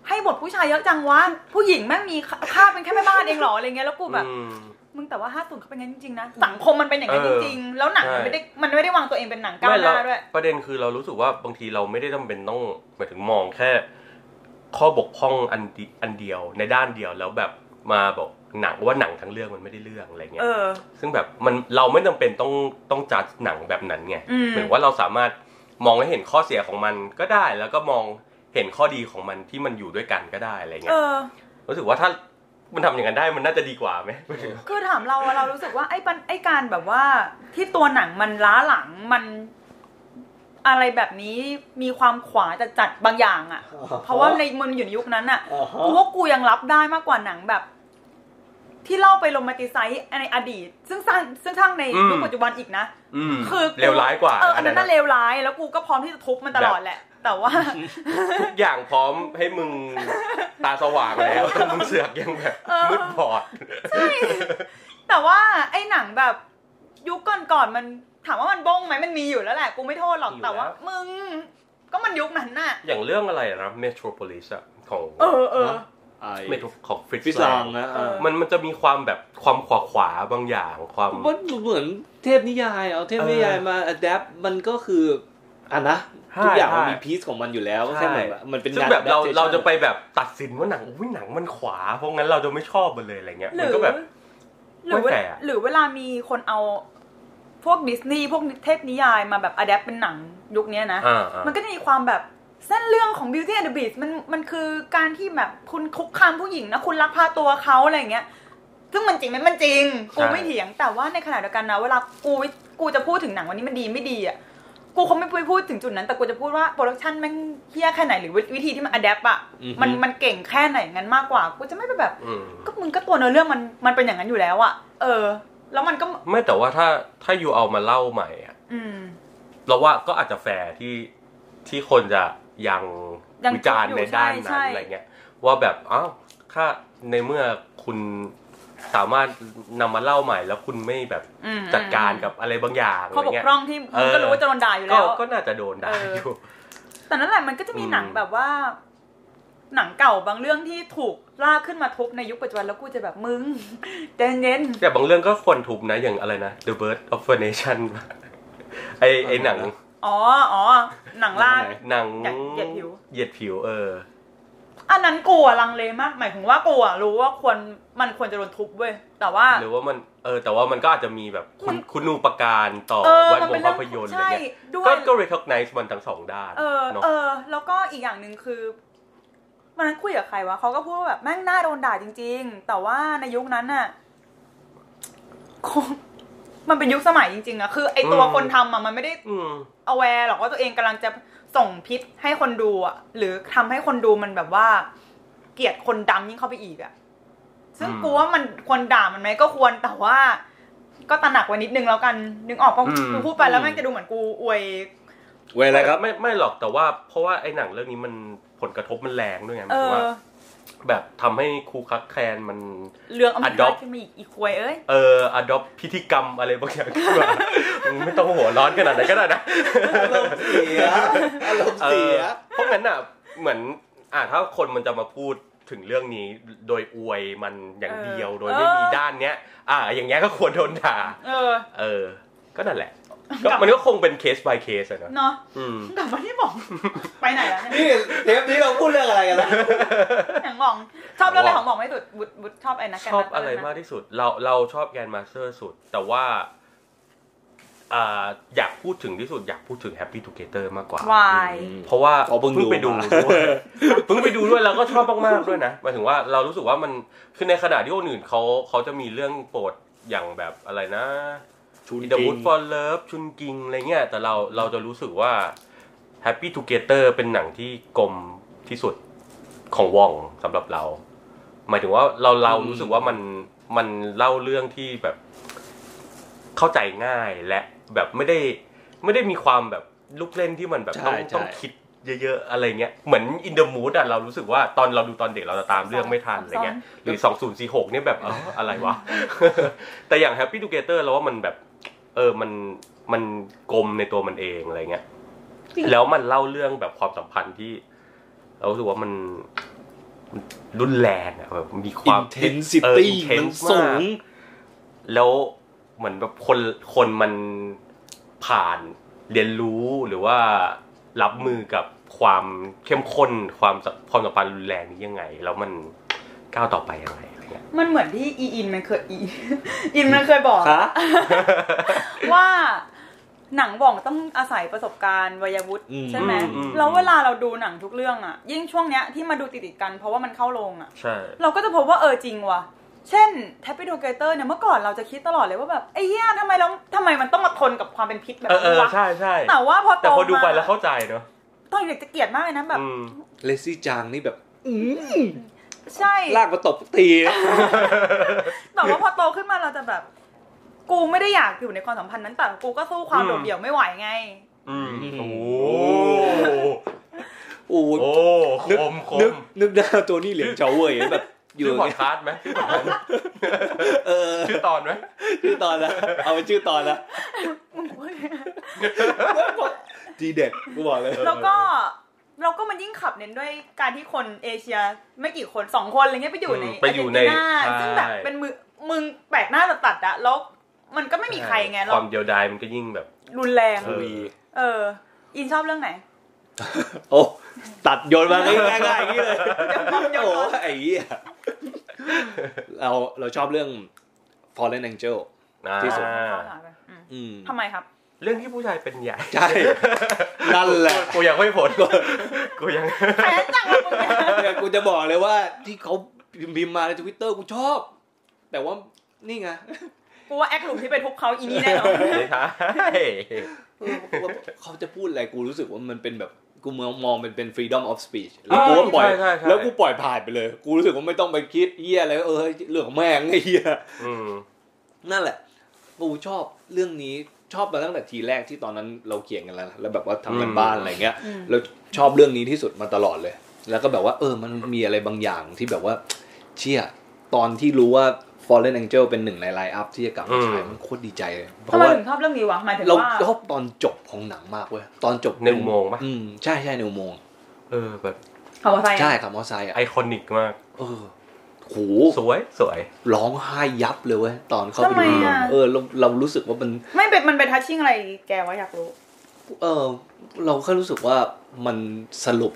A: ให้บทผู้ชายเยอะจังวะผู้หญิงแม่งมีค่าค่าเป็นแค่แม่บ้านเองเหรออะไรเงี้ยแล้วกูแบบ
C: อืม
A: มึงแต่ว่าห้าศูนย์เขาเป็นงั้นจริงๆนะสังคมมันเป็นอย่างนั้น
C: เอ
A: จ
C: อ
A: ริงๆแล้วหนังมัน
C: ใช่
A: ไม่ได้มันไม่ได้วางตัวเองเป็นหนังก้าวห
C: ไม่
A: น้า
C: เร
A: ด้วย
C: ประเด็นคือเรารู้สึกว่าบางทีเราไม่ได้จำเป็นต้องหมายถึงมองแค่ ข้อบกพร่องอันดีอันเดียวในด้านเดียวแล้วแบบมาบอกหนังว่าหนังทั้งเรื่องมันไม่ได้เรื่องอะไรเงี้
A: เอย อ
C: ซึ่งแบบมันเราไม่จำเป็นต้องต้องจัดหนังแบบนั้นไง
A: อืม
C: เหมือนว่าเราสามารถมองให้เห็นข้อเสียของมันก็ได้ แล้วก็มองเห็นข้อดีของมันที่มันอยู่ด้วยกันก็ได้อะไร
A: เอ
C: เงี้ย
A: อ
C: รู้สึกว่าถ้ามันทำอย่างนั้นได้มันน่าจะดีกว่าไหม
A: คือถามเราอะเรารู้สึกว่าไอ้ปัญไอ้การแบบว่าที่ตัวหนังมันล้าหลังมันอะไรแบบนี้มีความขวาจะจัดๆบางอย่างอะเพราะว่าในมันอยู่ในยุคนั้นอะกูว่ากูยังรับได้มากกว่าหนังแบบ ที่เล่าไปโรแมนติไซส์ในอดีต ซึ่งสร้างซึ่งสร้างใน
C: อืม
A: ยุคปัจจุบันอีกนะ
C: อืม
A: คือ
C: เลวร้ายกว่า
A: เอออันนั้น
C: อันนั้
A: น่าน เลวร้ายแล้วกูก็พร้อมที่จะทุบมันตลอดแหละ แต่ว่า
C: ทุกอย่างพร้อมให้มึ
A: <laughs>
C: งตาสว่างแล้ว มึงเสือกยังแบบ
A: เออ
C: มืดบอด
A: แต่ว่าไอ้หนังแบบยุคก่อนๆมันถามว่ามันบงไหมมันมีอยู่แล้วแหละ กูไม่โทษหรอก
C: อยู่แล้ว
A: แต่ว่า มึง ก็มันยุคนั้นน่ะ
C: อย่างเรื่องอะไรนะ Metropolis อะของ
A: เออเออ
C: Metro ของฟริต
B: ฟิส
C: ซ์
B: ลา
C: ลาง ง
B: นะ
A: เออ
C: มันมันจะมีความแบบความขวาขวาๆบางอย่างความ
B: มันเหมือนเทพนิยายเอาเทพนิยายมาอัดแอปมันก็คืออ่ะนะ
C: ใช่
B: ทุกอย่างมัน
C: ใช่
B: มีพีซของมันอยู่แล้วแค่มันแบบมันเป็น
C: ซึ่ง
B: งาน
C: แบบเรา
B: adaptation
C: เราจะไปแบบตัดสินว่าหนังอุ้ยหนังมันขวา เพราะงั้นเราจะไม่ชอบมันเลยอะไรเงี้ย
A: ห
C: มั
A: รื
C: น
A: อ
C: ก็แบบ
A: หรือเว
C: ไม่แฟ
A: ลา
C: ร์อะ
A: หรือเวลามีคนเอา พวกดิสนีย์พวกเทพนิยายมาแบบอะแดปเป็นหนังยุคเนี้ยนะ
C: อ่าอ่า
A: มันก็จะมีความแบบเส้นเรื่องของ Beauty and the Beast มันมันคือการที่แบบคุณคุกคามผู้หญิงนะ คุณลักพาตัวเขาอะไรอย่างเงี้ย ซึ่งมันจริงไหมมันจริง กูไม่เถียง แต่ว่าในขณะเดียวกันนะ เวลากูกูจะพูดถึงหนังวันนี้มันดีไม่ดีอ่ะ กูคงไม่ไปพูดถึงจุดนั้น แต่กูจะพูดว่าโปรดักชันแม่งเฮี้ยแค่ไหนหรือวิวิธีที่มันอัดแอปอ่ะ
B: อือฮึ
A: มันมันเก่งแค่ไหนงั้นมากกว่า กูจะไม่ไปแบบ
C: อืม
A: ก็มึงก็ตัวเนื้อเรื่องมันมันเป็นอย่างนั้นอยู่แล้วอ่ะ เออ แล้วมันก็
C: ไม่แต่ว่าถ้าถ้าอยู่เอามาเล่าใหม่อะ
A: อืม
C: เราว่าก็อาจจะแฟร์ที่ที่คนจะยัง
A: ยัง
C: วิจารณ์
A: คิดอยู่
C: ในด้าน
A: ใช่
C: นั้น
A: ใช่
C: อะไรเงี้ยว่าแบบอ้าวถ้าในเมื่อคุณสามารถนำมาเล่าใหม่ แล้วคุณไม่แบบ
A: อืม
C: จัดการกับอะไรบางอย่างอะ
A: ข้อ
C: ไร
A: บก
C: เงี้ย
A: พร่องที่มึงก็รู้ว่าจะโดนด่าอยู่
C: ก็
A: แล้ว
C: ก็น่าจะโดนได้
A: เออ
C: อ
A: อ
C: ยู่
A: แต่นั่นแหละมันก็จะมี
C: อืม
A: หนังแบบว่า หนังเก่าบางเรื่องที่ถูกลากขึ้นมาทุบในยุคปัจจุบันแล้วกูจะแบบมึง <laughs> ใจเย็น
C: แต่บางเรื่องก็ควรถูกนะอย่างอะไรนะ The Birth of a Nation <laughs> ไอไอหนัง
A: อ๋ออ๋อหนังลาก
C: หนัง
A: อยากเหยียดผิว
C: เหยียดผิวเออ
A: อันนั้นกูอะลังเลมากหมายถึงว่ากูอะรู้ว่าควรมันควรจะโดนทุบเว้ยแต่ว่า
C: หรือว่ามันเออ แต่ว่ามันก็อาจจะมีแบบคุณ
A: มัน
C: คุณูปการต่อ
A: เออ
C: แวัน
A: มัน
C: ว
A: เป็
C: ง
A: นเรื่
C: ภา
A: อง
C: พยนตร์อะไร
A: ใช่
C: เงี้ย
A: ด้ว
C: ก็
A: ย
C: ก็ recognize มันทั้งสองด้าน
A: เออ
C: เนาะ
A: เออ แล้วก็อีกอย่างหนึ่งคือวันนั้นคุยกับใครวะเขาก็พูดว่าแบบแม่งน่าโดนด่าจริง ๆ แต่ว่าในยุคนั้นน่ะ <laughs> คงมันเป็นยุคสมัยจริงๆอะคือไอตัวคนทำอะมันไม่ได้
C: อืม
A: a แวร์หรอกว่าตัวเองกำลังจะส่งพิษให้คนดูอ่ะ หรือทำให้คนดูมันแบบว่า เกลียดคนดำยิ่งเข้าไปอีกอ่ะ ซึ่ง
C: อืม
A: กูว่ามันควรด่ามันไหมก็ควรแต่ว่า ก็ตระหนักไว้นิดนึงแล้วกัน นึกออกปะ
C: อืม
A: กูพูดไปแล้วแม่งจะดูเหมือนกูอวย
B: เวยอะไรครับ
C: ไม่ไม่หรอกแต่ว่าเพราะว่าไอ้หนังเรื่องนี้มันผลกระทบมันแรงด้วยไงหมา
A: เอย
C: ถึงว่า
A: อ
C: แบบทำให้ครูคักแคลนมัน
A: เรื่องอเมริกา
C: Adopt
A: ขึ้นมาอีกอีกควยเอ้ย
C: เอออดอปพิธีกรรมอะไรบางอย่างขึ้นมา <laughs> ไม่ต้องหัวร้อนขนาดไหนนก็ได้นะ
B: อารมณ์เสียอารมณ์
C: เอ
B: เสี
C: อย เพราะงั้นอ่ะเหมือนอ่ะถ้าคนมันจะมาพูดถึงเรื่องนี้โดยอวยมันอย่างเดียว
A: เออ
C: โดยไม่มี
A: เออ
C: ด้านเนี้ย อ่ะอย่างเงี้ยก็ควรโดนด่า
A: เออ
C: เออ ก็นั่นแหละก็
A: กลับ
C: มันก็คงเป็นเคส by เคสอะเนอะ
A: เนาะ
C: อืม
A: กลับมาที่หม่
C: <laughs>
A: อง ไปไหนแล้วเนี่ย
B: นี่เทปนี้เราพูดเรื่องอะไรกันแล้ว
A: หนังหม่อง ชอบเรื่องอะไร
C: ห
A: ข
C: ม่
A: อ
C: อ
A: ง งหม่องไม่สุดบุตรบุตรชอบอะไรนะแก
C: ช
A: น
C: อ
A: นั
C: บ
A: ท
C: อะไร
A: น
C: มากที่สุด เราเราชอบแกนมาสเตอร์สุด แต่ว่าอ่าอยากพูดถึงที่สุด อยากพูดถึง Happy Together มากกว่า
A: Why
C: เพราะว่า
B: เพราะเพิ่งดู
C: ไปดู
B: มา <laughs>
C: ด้วยเพิ่งไปดูด้วยแล้วก็ชอบมากๆด้วยนะหมายถึงว่าเรารู้สึกว่ามันคือในขณะที่คนอื่นเขาเขาจะมีเรื่องโปรดอย่างแบบอะไรนะ
B: ชุน
C: In the Mood for Love ชุนกิงอะไรเงี้ยแต่เราเราจะรู้สึกว่า Happy Together เป็นหนังที่กลมที่สุดของวองสำหรับเรา หมายถึงว่าเราเรา
B: อืม
C: รู้สึกว่ามันมันเล่าเรื่องที่แบบเข้าใจง่ายและแบบไม่ได้ไม่ได้มีความแบบลูกเล่นที่มันแบบ
B: ใช่
C: ต้อง
B: ใช่
C: ต้องคิดเยอะๆอะไรเงี้ยเหมือนอินเดอะมูดอะเรารู้สึกว่าตอนเราดูตอนเด็กเราจะตามเรื่องไม่ทันอะไรเงี้ยหรือ 2046เนี่ย
A: <laughs>
C: แบบเอออะไรวะ <laughs> แต่อย่าง Happy Together เราว่ามันแบบ เออมันมันกลมในตัวมันเองอะไรเงี้ย
A: จริง
C: แล้วมันเล่าเรื่องแบบความสัมพันธ์ที่ เรารู้สึกว่ามันมันรุนแรงอะแบบมีความ
B: intensity
C: เออ intense
B: มันสูง
C: มากแล้วเหมือนแบบคนคนมันผ่านเรียนรู้หรือว่ารับมือกับความเข้มข้นความสัมความสัมพันธ์รุนแรงนี้ยังไง แล้วมันก้าวต่อไปยังไงอะไรเงี้ย
A: มันเหมือนที่อีอินมันเคย <laughs> อีอินมันเคยบอก
B: ฮะ
A: ว่าหนังบ่องต้องอาศัยประสบการณ์วัยวุฒิ
B: อืม
A: ใช่ไหม
C: อืมอืม
A: แล้วเวลาเราดูหนังทุกเรื่องอะยิ่งช่วงเนี้ยที่มาดูติดๆกันเพราะว่ามันเข้าโรงอะ
C: ใช่
A: เราก็จะพบว่าเออจริงว่ะ เช่นแทปปิโดเกเตอร์เนี่ยเมื่อก่อนเราจะคิดตลอดเลยว่าแบบไอ้เหี้ยทำไมแล้วทำไมมันต้องมาทนกับความเป็นพิษแบบ
C: เออเอ
A: นี้
C: อ
A: วะ
C: ใช่ใช่
A: แต่ว่าพอโต
C: แต่พอดูไป
A: มา
C: แล้วเข้าใจเนอะ
A: ตอนเด็กจะเกลียดมากเลยนะแบบ
C: อืม
B: เลซี่จางนี่แบบอื้อ
A: ใช่
B: ลากมาตบตีนะ
A: แต่ว่าพอโตขึ้นมาเราจะแบบ กูไม่ได้อยากอยู่ในความสัมพันธ์นั้นแต่กูก็สู้ความ
C: อืม
A: โดดเดี่ยวไม่ไหวไง
C: อืม
B: อืม
C: โอ้โห
B: โอ้โห
C: โอ้
B: นึก
C: คมค
B: นึก
C: ม
B: นึกหน้าตัวนี่เหลียงเฉาเว่ยแบบ อยู่
C: ชื่อพอด
B: เนี่ย
C: คาสต์ไหมชื่อพอดคาสต์
B: เออ
C: ชื่อตอนไหม
B: ชื่อตอนละเอาเป็นชื่อตอนละดีเด็ดกูบอกเลย
A: แล้วก็เราก็มันยิ่งขับเน้นด้วยการที่คนเอเชียไม่กี่คนสองคนอะไรเงี้ยไปอยู่ใน
C: ไปอยู่ใน
A: อาร์เจติาซึ่งแบบ
C: ใช่
A: เป็นมือมึงแปลกหน้าตัดๆอะแล้วมันก็ไม่มีใครไง
C: ค
A: เรา
C: วามเดียวดายมันก็ยิ่งแบบ
A: รุนแรง
C: เออ
A: เออ อินชอบเรื่องไหน
B: โอ้ตัดโยนมาง่ายๆอย่างนี้เลย
A: เดี๋ยว
B: โอ้
A: ก่อน
B: ไอ้เหี้ยเราเราชอบเรื่อง Fallen Angel
C: อ่า
B: ที่สุด
A: อืม
B: อืม
A: ทำไมครับ
C: เรื่องที่ผู้ชายเป็นใหญ่
B: ใช่ นั่นแหละ
C: กูยังไม่ผลกูยัง
A: แพ้จังเลยมึงเนี่ย
B: เนี่ยกูจะบอกเลยว่าที่เขาพิมพ์มาในทวิตเตอร์กูชอบ แต่ว่านี่ไง
A: กูว่าแอคหลุมที่ไปทุบเขาอีนี่แน่นอน
C: ไม่ใช่
B: เออกูว่าเขาจะพูดอะไรกูรู้สึกว่ามันเป็นแบบกูมองมองเป็นเป็น freedom of speech แล้วกูก็ปล่อย
C: ใช่ใช่ใช่
B: แล้วกูปล่อยผ่านไปเลย กูรู้สึกว่าไม่ต้องไปคิดเหี้ยอะไรเออเรื่องของแม่งไอ้เหี้ย
C: อืม
B: นั่นแหละกูชอบเรื่องนี้ชอบมาตั้งแต่ทีแรกที่ตอนนั้นเราเขียนกันแล้วนะแล้วแบบว่าทำกัน
C: อืม
B: บ้านอะไรเงี้ยแล้วชอบเรื่องนี้ที่สุดมาตลอดเลย แล้วก็แบบว่า เออมันมีอะไรบางอย่างที่แบบว่า เชี่ยตอนที่รู้ว่า Fallen Angel เป็นหนึ่งในไลน์อัพที่จะกลับมาฉายมันโคตรดีใจเลยเพ
A: ทำ
B: ราะ
A: ไม
B: ว่า
A: ถึงชอบเรื่องนี้วะหมายถึง
B: เรา
A: ว่า
B: ชอบตอนจบของหนังมากเว้ยตอนจบ
C: ในอุโมงค์ปะ
B: อืมใช่ใช่ในอุโมงค์
C: เออแบบ
A: เขาว่าไง
B: ใช่ขับมอเตอร์ไซค์อ่ะ
C: ไอคอนิกมาก
B: เออโห
C: สวยสวย
B: ร้องไห้ยับเลยเว้ยตอนเข้า
A: ทำ
B: ไป
A: ไม
B: ดู
A: อ่ะ
B: เออเราเรารู้สึกว่ามัน
A: ไม่เป็นมันเป็นทัชชิ่งอะไรแกวะอยากรู้
B: เออเราแค่รู้สึกว่ามันสรุป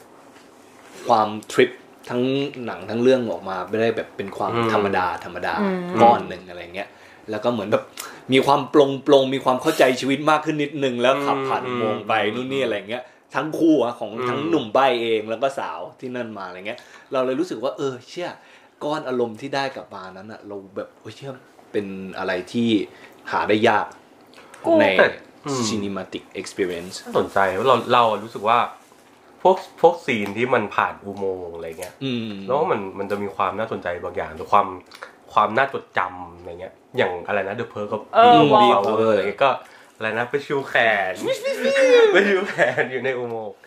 B: ความทริปทั้งหนังทั้งเรื่องออกมาไม่ได้แบบเป็นความ
C: อืม
B: ธรรมดาธรรมดา
A: อืม
B: ก้อนหนึ่งอะไรเงี้ย แล้วก็เหมือนแบบมีความปลงปลงมีความเข้าใจชีวิตมากขึ้นนิดนึงแล้วขับผ่าน
C: อืม
B: วงไปนู่นนี่อะไรเงี้ย ทั้งคู่อะของ
C: อืม
B: ทั้งหนุ่มใบเองแล้วก็สาวที่นั่นมาอะไรเงี้ย เราเลยรู้สึกว่า เออ เชี่ยก้อนอารมณ์ที่ได้กลับมานั้นอะเราแบบโอ้ยเชี่ยเป็นอะไรที่หาได้ยาก
A: กู
B: ใน
C: แต่อืม
B: cinematic experience
C: น่าสนใจเราเรารู้สึกว่า พวกพวกซีนที่มันผ่านอุโมงค์อะไรเงี้ย
B: อืม
C: แล้วมันมันจะมีความน่าสนใจบางอย่างหรือความความน่าจดจำอะไรเงี้ย อย่างอะไรนะ The Perk of
A: เออ
B: Wow
C: Power อะไรเงี้ยก็ อะไรนะไปชูแข <laughs> น ไปชูแขนอยู่ในอุโมงค์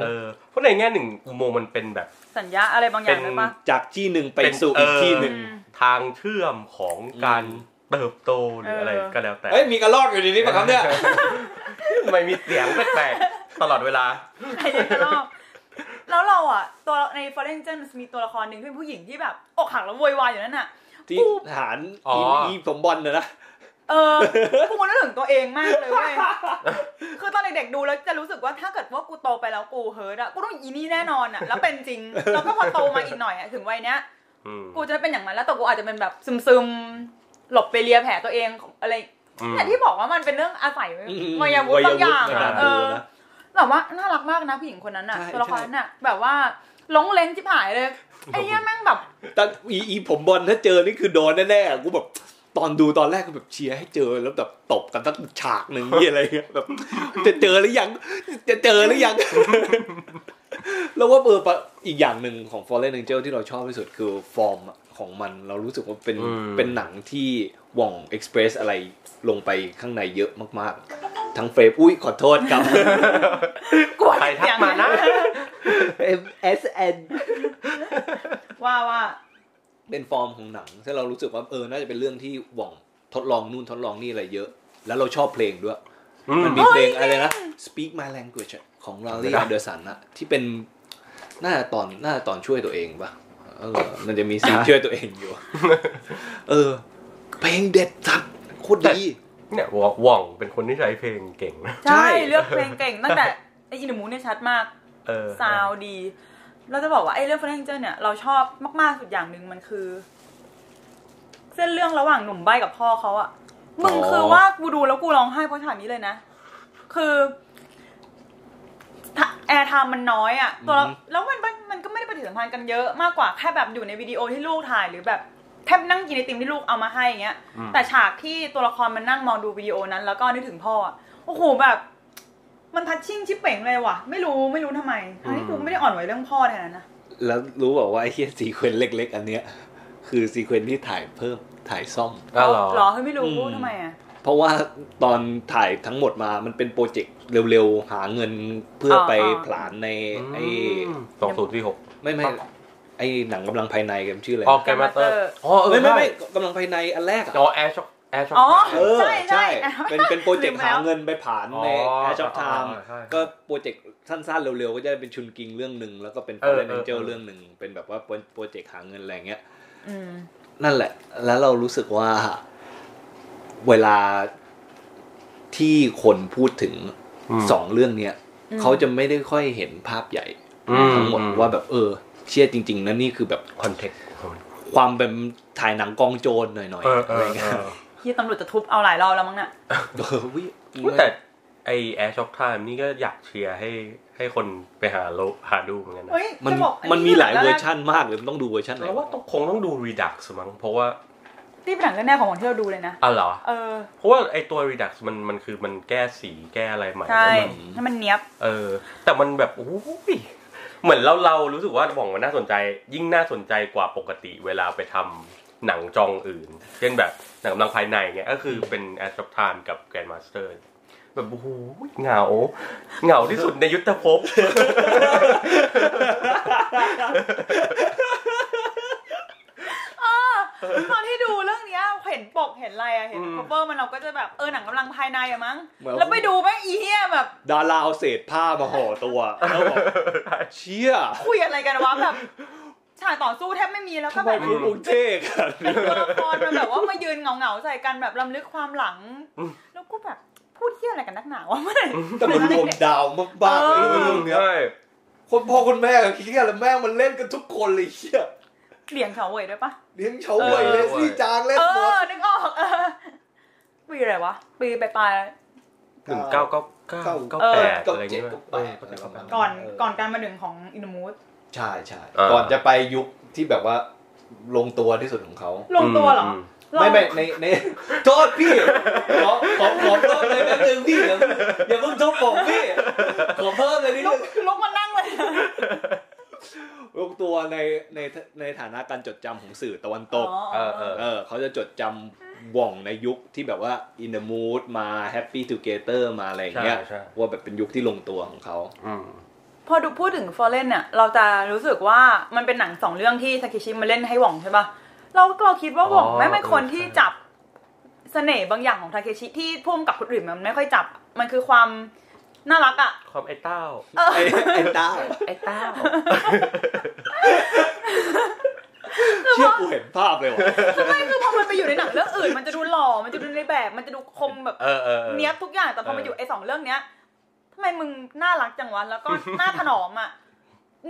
C: เออเพราะในแง่หนึ่งอุโมงค์มันเป็นแบบ
A: สัญญาอะไรบางอย่าง
C: เป็น
A: ด้วยปะ
B: จากที่หนึ่งไป
C: เป็น
B: สู่
C: เอ
B: อีก
C: อ
B: ที่หนึ่ง
A: อืม
C: ทางเชื่อมของการเติบโตหรืออะไร
A: เออ
C: ก็แล้วแต่
B: เอ้ยมีกระลอกอยู่ในนี้ป่ะครับเนี่ย
C: <laughs> ทำไมมีเสียงแปลกๆตลอดเวลา
A: ใครจะกระลอก <laughs> แล้วเราอ่ะ ตัวใน Foreign a g e n t มีตัวละครหนึ่งที่เป็นผู้หญิงที่แบบอกหักแล้วโวยวายอยู่นั่นน่ะ
B: ที่ฐาน
C: อ๋ออี
B: อีสมบอลนะนะ
A: เอ
B: <laughs>
A: อกูมันนึกถึงตัวเองมากเลยเว้ย คือตอนเด็กๆดูแล้วจะรู้สึกว่าถ้าเกิดว่ากูโตไปแล้วกูเฮิร์ตอะกูต้องอีนี่แน่นอนอะแล้วเป็นจริ
B: <laughs>
A: ง แล้วก็พอโตมาอีกหน่อยอะถึงวัยเนี้ย
C: อืม
A: กูจะเป็นอย่างนั้นแล้วแต่กูอาจจะเป็นแบบซึมๆ หลบไปเลียแผลตัวเองอะไร
C: อืม
A: เนี่ยที่บอกว่ามันเป็นเรื่องอาศัย
B: อืม
A: มายาวุธบางอย่าง
C: วัยวุฒิ
A: อะ
C: นะ
A: เออแต่ว่าน่ารักมากนะผู้หญิงคนนั้นอะ
B: ใช่
A: ตัวละครน่ะ แบบว่าหลงเลนที่ผายเลยไอ้เนี่ยแม่งแบบ
B: แต่อีอีผมบอลถ้าเจอนี่คือโดนแน่ๆกูแบบตอนดูตอนแรกก็แบบเชียร์ให้เจอแล้วแบบตบกันสักฉาก
C: <laughs>
B: หนึ่งนี่อะไรเงี้ยแบบจะเจอหรือยังจะเจอหรือยัง <laughs> แล้วว่าเออปะอีกอย่างหนึ่งของ Fallen Angel ที่เราชอบที่สุดคือฟอร์มของมันเรารู้สึกว่าเป็น
C: อืม
B: เป็นหนังที่หว่อง Express อะไรลงไปข้างในเยอะมากๆ ทั้งเฟรมอุ้ยขอโทษครับ <laughs>
A: กวด
C: ใครทักมานะ
B: S N
A: ว่าว่า
B: เป็นฟอร์มของหนังที่เรารู้สึกว่าเออน่าจะเป็นเรื่องที่หว่องทดลองนู่นทดลองนี่อะไรเยอะ แล้วเราชอบเพลงด้วย
C: อืม
B: มันมีเพลงอะไรนะ Speak My Language อะของ l a ลี่
C: จำไม่ได้
B: อันเดอร์สันอะที่เป็นน่าจะตอนน่าจะตอนช่วยตัวเองปะเออ มันจะมีซีนช่วยตัวเองอยู่ เออ เพลงเด็ดสัตว์โคตรดี
C: เนี่ยว่องเป็นคนที่ใช้เพลงเก่งนะ
B: ใช่
A: ใช่ เลือกเพลงเก่งตั้งแต่ไอ้อินเดอะมูนเนี่ยชัดมาก
C: เออ
A: ซาวด์ดี เราจะบอกว่าไอ้เรื่อง f ฟ r นเจอร์เนี่ยเราชอบมากๆสุดอย่างหนึ่งมันคือ เส้นเรื่องระหว่างหนุ่มใบ้กับพ่อเขาอะมึงคือว่ากูดูแล้วกูร้องไห้เพราะฉากนี้เลยนะ คือแอร์ไทม์มันน้อยอะตัวเรา
B: อือฮึ
A: แล้วมันมันมันก็ไม่ได้ปฏิสัมพันธ์กันเยอะมากกว่าแค่แบบอยู่ในวิดีโอที่ลูกถ่ายหรือแบบแทบนั่งกินไอติมที่ลูกเอามาให้อย่างเงี้ย
C: อืม
A: แต่ฉากที่ตัวละครมันนั่งมองดูวิดีโอนั้น แล้วก็นึกถึงพ่ออะโอ้โหแบบ มันทัชชิ่งชิปเป่งเลยว่ะ ไม่รู้ไม่รู้ทำไมทั้งที่กูไม่ได้อ่อนไหวเรื่องพ่อแทนนนะ
B: แล้วรู้บอกว่าไอ้เฮียซีเควนต์เล็ก ๆ อันเนี้ย คือซีเควนต์ที่ถ่ายเพิ่มถ่ายซ่อม
C: อ้าวเหรอ
A: หรอเฮ้ยไม่รู้
B: อืม
A: ทำไมอ่ะ
B: เพราะว่าตอนถ่ายทั้งหมดมา มันเป็นโปรเจกต์เร็วๆ หาเงินเพื่ออ
A: อ
B: ไป
A: อ๋อ
B: ผลานในไอ้
C: สองศูนย์สี่หก
B: ไม่ไม่ไอ้หนังกำลังภายในกันชื่ออะไร
C: ออกแกมาเตอร์ อ๋อเออ
B: ไม่ไม่
C: ใช่
B: ไม่กำลังภายในอันแรกอะ
C: อ๋อแอร์ช็อกแอร์ช็อก
A: อ๋อ
B: เออ
A: ใช่ใช่
B: เป็นเป็นโปรเจกต์
A: ลืมไป
B: หา
A: แล้ว
B: เงินไปผลานใน
C: อ๋อ
B: แอร์ช็อปไทม์
C: ใช่ใช่
B: ก็โปรเจกต์สั้นๆ เร็วๆ ก็จะเป็นชุนกิงเรื่องหนึ่งแล้วก็เป็นฟ
C: เอ
B: อ
C: อ
B: ร์เรนเจอ
C: เออ
B: เรื่องหนึ่งเป็นแบบว่าโปรเจกต์หาเงินอะไรอย่างเงี้ย
A: อืม
B: นั่นแหละ แล้วเรารู้สึกว่า เวลาที่คนพูดถึง
C: ม
B: สองเรื่องเนี้ย
A: อืม
B: เขาจะไม่ได้ค่อยเห็นภาพใหญ่
C: อืม
B: ทั้งหมด
C: อืม
B: ว่าแบบเออ เชื่อจริง ๆนะนี่คือแบบ
C: คอนเทกต์
B: ความเป็นถ่ายหนังกองโจรหน่อย
C: เออ
B: ๆ
C: เอ
B: อะไร
C: อเอ
B: เงี้ย
C: อ
A: ที่ตำรวจจะทุบเอาหลายรอบแล้วมั้งน่ะ
B: เออวิ
C: อุ๊ยแต่ไอแอร์ช็อกไทม์นี่ก็อยากเชียร์ให้ให้คนไปหาโลหาดูเหมือนกันนะ
A: เฮ้ย
B: มัน
A: จะบอกอั
B: มันมีหลายเวอร์
A: น
B: ชันมากเลยมันต้องดูเวอร์ชันไหน
C: แล้วว่าต้องคงต้องดูรีดักซ์มั้งเพราะว่า
A: ที่เป็นหนังเรื่องแรกของที่เราดูเลยนะ
C: อ๋อเหรอ
A: เออ
C: เพราะว่าไอตัว Redux มันมันคือมันแก้สีแก้อะไรใหม่
A: ใช่
C: แล้วมัน
A: ให้มันเนี้ยบ
C: เออ แต่มันแบบโอ้ยเหมือนเราเรารู้สึกว่าบองมันน่าสนใจ ยิ่งน่าสนใจกว่าปกติเวลาไปทำหนังจองอื่น เช่นแบบหนังกำลังภายในเงี้ยก็คือเป็น a s t r o p t i m e กับ Grandmaster แบบโอ้โหเหงาเหงาที่สุดในยุทธภพ
A: <laughs> ตอนที่ดูเรื่องเนี้ยเห็นปกเห็นอะไรอะเห็น
C: อืม
A: คเวอร์มันเราก็จะแบบเออหนังกำลังภายในอะมั้ง
B: เหมือน
A: แล้วไปดูแม่งอีเหี้ยแบบ
B: ดาราเอาเศษผ้ามาห่อตัวแล้วบอกเชี่ย
A: คุยอะไรกันวะแบบฉากต่อสู้แทบไม่มีแล้วก็
B: ทำไม
A: แบบ
B: พวกมึงเท่กัน
A: เป็นตัวละครมันแบบว่ามายืนเหงาๆใส่กันแบบลำลึกความหลัง
C: อืม
A: แล้วกูแบบพูดเที่ยอะไรกันนักหนาวะ <laughs> มัน
B: แต่มันรวมดาวมากๆเลย
A: เออ
B: เรื่องเนี้ย
C: ใช่
B: คนพ่อคนแม่กับเฮียแล้วแม่งมันเล่นกันทุกคนเลยเฮีย
A: เบี่ยงเขาเว่ยด้วยปะ
B: เลี้ยงเฉาเวย
A: เออ
B: เลสลี่จางเล่น
A: เอ
B: หมด
A: อ นึกอ <laughs> อกเออปีอะไรวะ ปีปลาย
C: หนึ่งเก้าเก้าเก้าเก้าแปดอะไรเงี้ย
B: เก้าแปดอะไรประมาณ
A: ๆก่อนก่อนการมาหนึ่งของอินมูส
B: ใช่ใช่ก่อนจะไปยุคที่แบบว่าลงตัวที่สุดของเขา
A: ลงตัวเหรอ
C: ม
A: เรา
B: ไม่ไม่ในใน <laughs> โทษพี่ขอขอขอเพิ่มเลยแป๊บนึงพี่อย่าอย่าเพิ่งทุบผมพี่ขอเพิ่มเลยนิด
A: ลุ
B: นึ
A: ก
B: ง
A: ลุกมานั่งเลย
B: ลงตัวในในในฐานะการจดจำของสื่อตะวันตก
A: อ๋อ
C: เออเออ
B: เออเขาจะจดจำ หว่องในยุคที่แบบว่า in the mood มา happy together มาอะไรอย่างเงี้ย
C: ใช่ใช่
B: ว่าแบบเป็นยุคที่ลงตัวของเขา
C: อืม
A: พอดูพูดถึงฟอร์เรนเนี่ยเราจะรู้สึกว่ามันเป็นหนังสองเรื่องที่ทาเคชิมาเล่นให้หว่องใช่ปะเราเราคิดว่าหว่อง
C: อ๋อ
A: ไม่เป็นคน
C: เออใช่
A: ที่จับเสน่ห์บางอย่างของทาเคชิที่พ่วงกับคนอื่นมันไม่ค่อยจับ มันคือความน่ารักอะ
C: ความไอ้เต้า
A: เออ
B: ไอ้ไอ้ต้า
C: ไอ้เต้า
B: เชื่อกูเห็นภาพเลยว่ะ
A: ไม่คือพอมันไปอยู่ในหนังเรื่องอื่น มันจะดูหล่อ มันจะดูในแบบ มันจะดูคมแบบ
C: เออเออออ
A: เนี้ยบทุกอย่าง แต่พอมา
C: เออ
A: อ
C: อ
A: ยู่ไอ้สองเรื่องเนี้ยทำไมมึงน่ารักจังวะ แล้วก็ น่าถนอมอ่ะ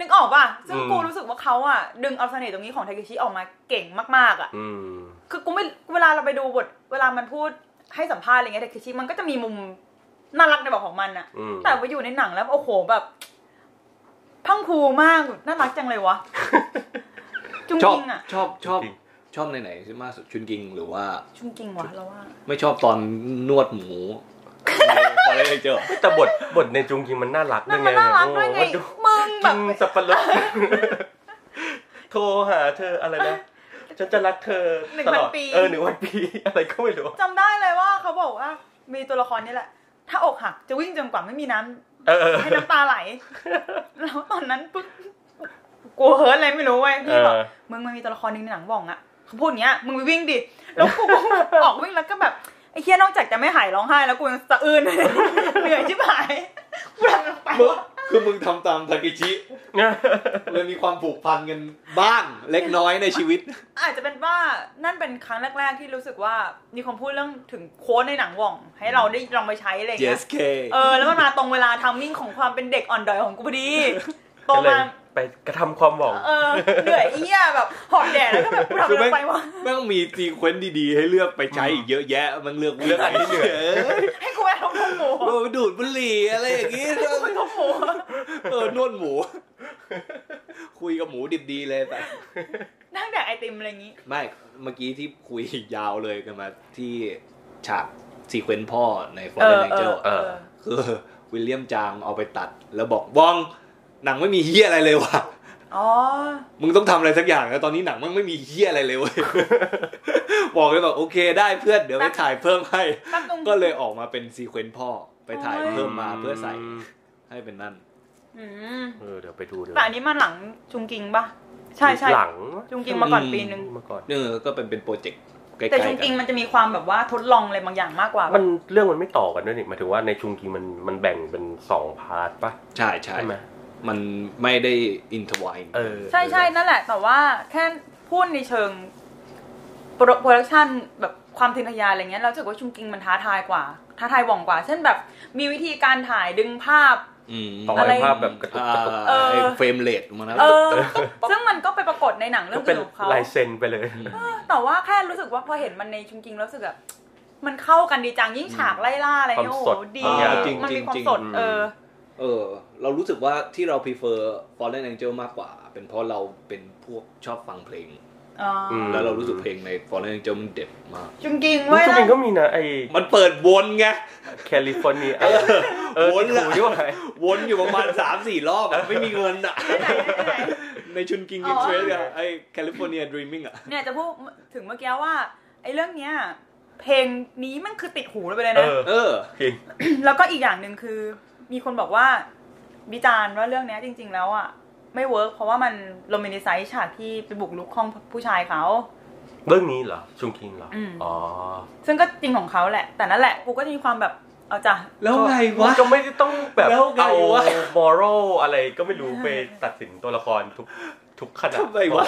A: นึกออกป่ะ ซึ่งกูรู้สึกว่าเขาอ่ะ ดึงเอาเสน่ห์ตรงนี้ของไทเกชิออกมาเก่งมากๆอ่ะ
C: อืม
A: คือกูไม่ เวลาเราไปดูบท เวลามันพูดให้สัมภาษณ์อะไรเงี้ยไทเกชิมันก็จะมีมุมน่ารักในแบบของมันอ่ะ
C: อืม
A: แต่ไปอยู่ในหนังแล้วโอ้โหแบบพรังพรูมาก น่ารักจังเลยวะ จุง
B: ชอบ
A: กิงอ่ะ
B: ชอบชอบ
C: จริง
B: ชอบในไหนมากสุดชุนกิงหรือว่า
A: จุงกิงวะเราว่า
B: ไม่ชอบตอนนวดหมูพอเล่นเจอ
C: แต่บทบทในจุงกิงมันน่ารัก
A: นั่น
C: ด้ว
A: มั
C: ย
A: นน่ารักด้วยไง
C: โอ้โหดู
A: มึงแบ
C: กิ
A: บ
C: นสับปะ
A: <laughs>
C: รด โทรหาเธออะไร
A: <laughs>
C: นะ ฉันจะรักเธอ
A: หนึ่ง
C: ต
A: พัน
C: ลอด
A: ปี
C: เออหนึ่งพันปี อะไรก็ไม่รู้
A: จำได้เลยว่าเขาบอกว่า มีตัวละครนี่แหละ ถ้าอกหักจะวิ่งจนกว่าไม่มีน้ำ
C: เออเออ
A: ให้น้ำตาไหล แล้วตอนนั้นปุ๊บกูเฮิร์ตอะไรไม่รู้เว้ยพี่บอก
C: เออ
A: มึงมันมีตัวละครหนึงในหนังบ้องอะเขาพูดอย่างเงี้ยมึงไปวิ่งดิแล้วกูก็ ออกวิ่งแล้วก็แบบไอ้เฮียนอกจากจะไม่หายร้องไห้ แล้วกูยังสะอื้น <laughs> เหนื่อยชิบหายกูทำลงไป
B: มึง
A: วะ
B: คือมึงทำตามทากิชิเลยมีความผูกพันกันบ้างเล็กน้อยในชีวิต
A: อาจจะเป็นว่านั่นเป็นครั้งแรก ๆ ที่รู้สึกว่ามีคนพูดเรื่องถึงโค้ดในหนังว่อง ให้เราได้ลองไปใช้อะไรอย่างเงี้ย
B: JSK
A: เออแล้วมันมาตรงเวลาทัมมิ่งของความเป็นเด็กอ่อนดอยของกูพอดี โต
C: ก็เลย
A: มา
C: ไปกระทำความหวัง
A: เออเหนื่อยเอี้ยแบบหอบแดดแล้วก็แบบกูทำอะไรไปวะ <laughs>
B: แม่งมีซีเควนต์ดีๆ ให้เลือกไปใช้อีกเยอะแยะ มันเลือกเลือกอะไรที่เหนื่อย
A: ให้กูไปทำทงหมู
B: เออไปดูดบุหรี่อะไรอย่างงี้
A: ไปทงหมู
B: เออนวดหมู คุยกับหมูดิบดีเลยแต่
A: นั่งแดกไอติมอะไรอย่างงี้
B: ไม่ เมื่อกี้ที่คุยยาวเลยกันมาที่ฉากซีเควนต์พ่อในฟอร์
A: เออน
B: เร
A: เอ
B: เจ
A: อ
B: ล
C: เออ
B: คือวิลเลียมจางเอาไปตัด แล้วบอกบ้อง หนังไม่มีเฮี้ยอะไรเลยว่ะ
A: อ๋อ
B: มึงต้องทำอะไรสักอย่างนะตอนนี้หนังมันไม่มีเฮี้ยอะไรเลยเว้ย บอกเลยบอกโอเคได้เพื่อนเดี๋ยวไปถ่ายเพิ่มให้
A: แป๊บนึง
B: ก็เลยออกมาเป็นซีเควนต์พ่อไปถ่ายเพิ่มมาเพื่อใส่ให้เป็นนั่น
A: อืม
C: เออเดี๋ยวไปดูเดี๋ยว
A: แต่อันนี้มันหลังจุงกิงปะใช่ใช่
C: หลัง
A: จุงกิงมาก่อน
B: อืม
A: ปีนึง
C: มาก่อน
B: เออก็เป็นเป็นโปรเจกต์ใกล้ๆ
A: แต่จุง
B: กั
A: กิง
B: น
A: มันจะมีความแบบว่าทดลองอะไรบางอย่างมากกว่า
C: มันเรื่องมันไม่ต่อกันด้วยนี่หมายถึงว่าในชุงกิงมันมันแบ่งเป็นสองพาร์ทป่ะ
B: ใช่ใช่
C: ใช่ไหม
B: มันไม่ได้อินทวาย
C: เออ
A: ใช่ใช่นั่นแหละ แต่ว่าแค่พูดในเชิงโปรโปรดักชันแบบความทะเยอทะยานอะไรเงี้ยเรารู้สึกว่าจุงกิงมันท้าทายกว่า ท้าทายหว่องกว่า เช่นแบบมีวิธีการถ่ายดึงภาพ
B: ม
C: ต่อ
A: อะไร
C: ในภาพแบบกระตุกกระตุก
A: เอ
B: อ่า
A: อ
B: ไอ้เฟรมเลทมันนะ
A: เออ ซึ่งมันก็ไปปรากฏในหนังเรื่
C: ก็
A: อง
C: เป็น
A: อื่นของเขา
C: ลายเซ็นไปเลย
B: ม
A: แต่ว่าแค่รู้สึกว่าพอเห็นมันในจุงกิงแล้วรู้สึกแบบมันเข้ากันดีจังยิ่งฉากไล่ล่าอะไรเนี่ยโอ้
C: ค
A: โห
C: วามสด
A: ดี
C: อ่าจริง
A: มันมีความ
B: จริง
A: สดเออ
B: เออ เรารู้สึกว่าที่เรา prefer Fallen Angel มากกว่า เป็นเพราะเราเป็นพวกชอบฟังเพลง
A: อ๋ออ
C: ม
B: แล้วเรารู้สึกเพลงใน Fallen Angel มันเด็ดมาก
A: จุงกิงเว้ย
C: ชุงกิงก็มีนะไอ
B: มันเปิดวนไง
C: แคลิฟอร์เนี
B: <laughs>
C: ยเอ
B: โห
C: อน
B: ละ
C: ถูกด้วย
B: วนอยู่ประมาณ 3 4 รอบอะไม่มีเงินอ่ะ
A: ไหนๆไหนๆ
B: ในชุนกิง
A: อ๋
B: กิ
A: อ
B: นเทรสอะไอ้ California Dreaming อะ
A: เนี่ยจะพูดถึงเมื่อกี้ว่าไอ้เรื่องเนี้ยเพลงนี้มันคือติดหูเราไปเลยนะ
C: เออ
B: เออ
C: จริง
A: แล้วก็อีกอย่างหนึ่งคือ มีคนบอกว่าวิจารณ์ว่าเรื่องเนี้ยจริง ๆ แล้วอ่ะไม่เวิร์กเพราะว่ามันโรแมนติไซส์ฉากที่ไปบุกลุกห้องผู้ชายเขา
C: เรื่องนี้เหรอชุงกิงเหรออ
A: ม
C: อ๋อ
A: ซึ่งก็จริงของเขาแหละ แต่นั่นแหละกูก็จะมีความแบบเอาจ้ะ
B: แล้วไงวะ
C: ก็ไม่ได้ต้องแบบ
B: แล้วไง
C: เอา
B: วะ
C: มอรัลอะไรก็ไม่รู้ไปตัดสินตัวละครทุกทุกขนาด
B: ทำไมวะ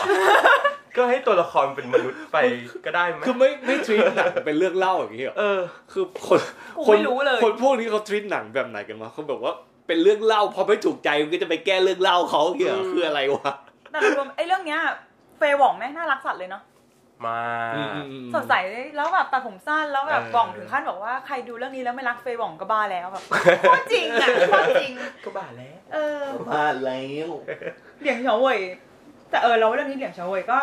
C: ก็ให้ตัวละครเป็นมนุษย์ไปก็ได้ไหม
B: คือไม่ไม่ทรีตหนังเป็นเรื่องเล่าอย่างนี้เหรอ
C: เออ
B: คือคน
A: กู
B: คน
A: ไม่รู้เลย
B: คนพวกนี้เขาทวีตหนังแบบไหนกันวะเขาแบบว่าเป็นเรื่องเล่าพอไม่ถูกใจมันก็จะไปแก้เรื่องเล่าเขาเหี้ย
C: อืม
B: คืออะไรวะ
A: แต่รวมๆไอ้เรื่องเนี้ยเฟย์หว่องแม่งน่ารักสัตว์เลยเนาะ
C: มา
A: สดใสเลยแล้วแบบตัดผมสั้นแล้วแบบ
C: เออ
A: หว่องถึงขั้นบอกว่าใครดูเรื่องนี้แล้วไม่รักเฟย์หว่องก็บ้าแล้วแบบ โคตรจริงอ่ะโคตรจริง
C: ก็บ้าแล้ว
A: เออ
B: มาแล้ว
A: เหลียงเฉาเว่ยแต่เออเราว่าเรื่องนี้เหลียงเฉาเว่ยก็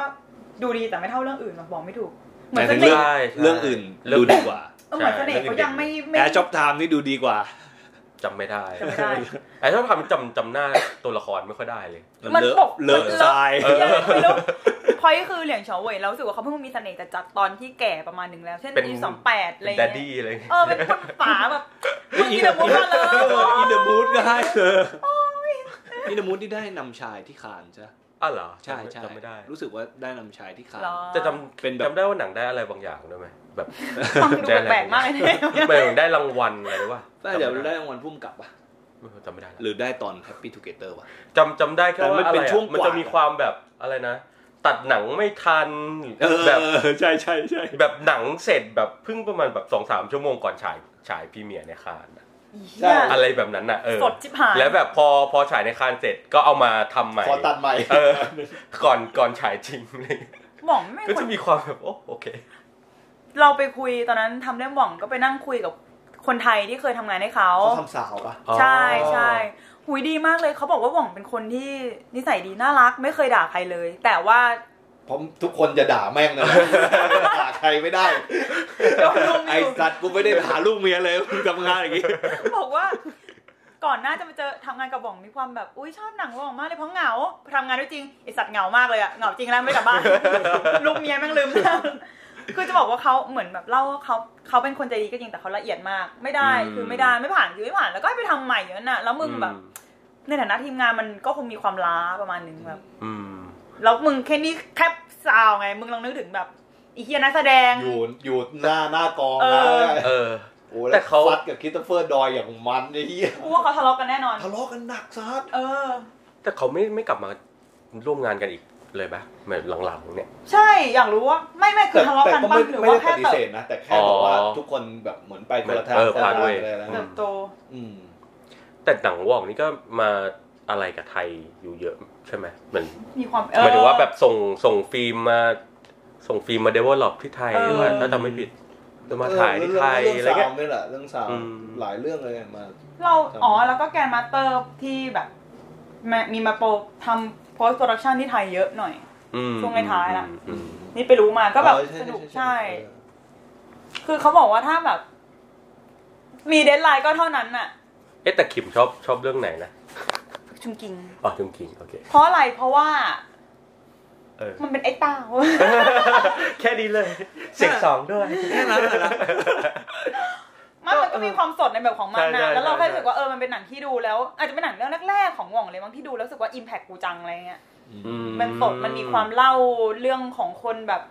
A: ดูดีแต่ไม่เท่าเรื่องอื่นหรอกบอกไม่ถูก เหมือนเสน่
B: เรื่อง
A: ห์
B: เรื่องอื่นดูดีกว่า
A: เออเหมือนเสน่ห์เขายังไม่ไม่
B: แอร์ช็อปไทม์นี่ดูดีกว่า
C: จำไม่ได้
A: จำไม่ได้
C: <laughs> ไอ้ชอบทำจำจำหน้าตัวละครไม่ค่อยได้เลย
A: มัน
B: เลอะ
A: ปก
B: เลอะ
A: มันเลอะ
B: ทราย
A: เออไม่รู้ พอยก็คือเหลียงเฉาเหวยเรารู้สึกว่าเขาเพิ่งมีเสน่ห์จัดๆตอนที่แก่ประมาณหนึ่งแล้ว เช่น
C: เป็น
A: ปีสองแปดอะไร
C: แด
A: เงี้
C: ด
A: ย
C: ดี้อะไรอย่างเงี้ย
A: เออเป็นคนป๋าแบบมึงกินแต่มุกมาเล
B: เออย อินเดอะมูดก็ได้เอออินเดอะมูดที่ได้นำชายที่คานใช่ปะ
C: อ้าวเหรอ
B: ใช่ใช่
C: จำไม่ได้
B: รู้สึกว่าได้นำชายที่คาน
A: เหรอ
C: จะจำ
B: เป็นแบบ
C: จำได้ว่าหนังได้อะไรบางอย่างด้วยไหมแบบ
A: ฟังดูแปลกๆมากเลยเนี่ย
C: ไม่หนังได้รางวัลอะไรหรือว่า
B: แต่เดี๋ยวได้รางวัลพุ่มกลับป่ะ
C: จำไม่ได้ละ
B: หรือได้ตอน Happy Together ป่ะ
C: จำจำได้แค่ว่า
B: แต่มัน
C: อะไร
B: เป็นช่วง
C: อะ
B: กว่ามั
C: มันจะมีความแบบอะไรนะ ตัดหนังไม่ทัน
B: แบ
C: แบบ บ
B: ใช่ใช่ใช่
C: แบบหนังเสร็จแบบเพิ่งประมาณแบบสองสามชั่วโมงก่อนฉายฉายพรีเมียร์ในคานอะ
A: เหี้ย
C: อะไรแบบนั้นอ่ะเออ
A: สดจิบหาย
C: แล้วแบบพอพอฉายในคานเสร็จก็เอามาทำใหม่
B: ขอตัดใหม่
C: เออ ก่อนก่อนฉายจริง <laughs> อะไรเงี้ย
A: หม่องไม่
C: ก็
A: คน
C: จะมีความแบบโอ้โอเค
A: เราไปคุยตอนนั้นทำเรื่องหม่องก็ไปนั่งคุยกับคนไทยที่เคยทำงานให้เขา
D: เขาทำสาวปะ
A: ใช่ใช่หุยดีมากเลยเขาบอกว่าหว่องเป็นคนที่นิสัยดีน่ารักไม่เคยด่าใครเลย แต่ว่า
D: เพราะทุกคนจะด่าแม่งนนแหละ
C: <laughs>
D: ด่าใครไม่ได้
A: โดนลุมอ
B: ไอ้
A: ยู่
B: สัตว์กูไม่ได้หาลูกเมีย
D: <laughs>
B: เลยมึงทำงานอย่างงี้
A: บอกว่า ก่อนหน้าจะมาเจอทำงานกับหว่องมีความแบบอุ้ยชอบหนังหว่องมากเลยเพราะเหงาทำงานด้วยจริงไอสัตว์เหงามากเลยอะเหงาจริงแล้วไม่กลับบ้าน ลูกเมียแม่ง <laughs> ลืมแล้วคือจะบอกว่าเขาเหมือนแบบเล่าว่าเขาเขาเป็นคนใจดีก็จริงแต่เขาละเอียดมาก ไม่ได้
C: อืม
A: คือไม่ได้ไม่ผ่านคือไม่ผ่านแล้วก็ให้ไปทำใหม่อย่างนั้นน่ะแล้วมึงแบบในฐานะทีมงานมันก็คงมีความล้าประมาณหนึงแบบ
C: อืม
A: แล้วมึงแค่นี้แค่ซาวไง มึงลองนึกถึงแบบอีเฮียนักแสดง
D: อยู่อยู่หน้าหน้ากอง
A: เอ
D: นะ
A: อ
C: เออ
D: โอ้แล้
C: แต่
D: ว
C: เขา
D: ฟัดกับคริสโตเฟอร์ดอยอย่างมันไอ้เหี้ย
A: กูว่าเขาทะเลาะกันแน่นอน
D: ทะเลาะกันหนักซัด
A: เออ
C: แต่เขาไม่ไม่กลับมาร่วมงานกันอีกเลยปะแบบหลังๆเนี่ย
A: ใช่ อยากรู้ว่า ไม่ไม่คือ
D: แต่
A: ทะเลาะ
D: แต่
A: กัน
D: ก็
A: บ้า
D: ไม่
A: งหรือ
D: ไม่
A: ว่า
D: ได้ป
A: แค่
D: ฏิ
A: เติ
D: เส
A: บ
D: ธนะ แต่แค่บอกว่า
C: อ๋อ
D: ทุกคนแบบเหมือนไปโทรทัศน์
C: เออพาด้วย
D: อะไรแล้ว
C: เติ
D: นะ
A: บบ โต
C: โต
D: อืม
C: แต่หนังวอกนี่ก็มาอะไรกับไทยอยู่เยอะใช่ไหมเหมือน
A: มีความ
C: หมายถึงว่าแบบส่งส่งฟิล์มมา ส่งฟิล์มมาเดเวลลอปที่ไทย
A: เออ
C: ว่าถ้าจำไม่ผิดจะมาถ่ายที่ไทย
D: เรื่อง
C: อะไร
D: สาว
C: เงี้ย
D: ด้วยแหละเรื่องสาว
C: อืม
D: หลายเรื่องเลยมา
A: เราอ๋อ แล้วก็แกรนด์มาสเตอร์ที่แบบแมมีมาโปรทำโพสต์โปรดักชันที่ไทยเยอะหน่อย
C: อืม
A: ช่วงท้ายๆน่ะ
C: อืม
A: นี่ไปรู้มาก็แบบ
D: อ๋อใช่
A: สนุก
D: ใช่ใช่
A: ใช่
D: เออ
A: คือเขาบอกว่าถ้าแบบ มีเดทไลน์ก็เท่านั้นน่ะ
C: เอ๊ะแต่ขิมชอบชอบเรื่องไหนนะ
A: ชุมกิง
C: อ๋อจุงกิงโอเค
A: เพราะอะไรเพราะว่า
C: เออ
A: มันเป็นไอ้เต้า <laughs>
C: แค่นี้เลยเสียงสองด้วย
B: แค่นั้นนะ
A: มันมันก็มีความสดในแบบของมัน
C: ใช่
A: นะ
C: ใช่
A: แล้วเราแค่
C: ใช่
A: รู้สึกว่าเออ มันเป็นหนังที่ดูแล้ว อาจจะเป็นหนังเรื่องแรกๆของหว่องเลยบางที่ดูแล้วรู้สึกว่าอิมแพคกูจังอะไรเงี้ย
C: อื
A: มันสด มันมีความเล่าเรื่องของคนแบบ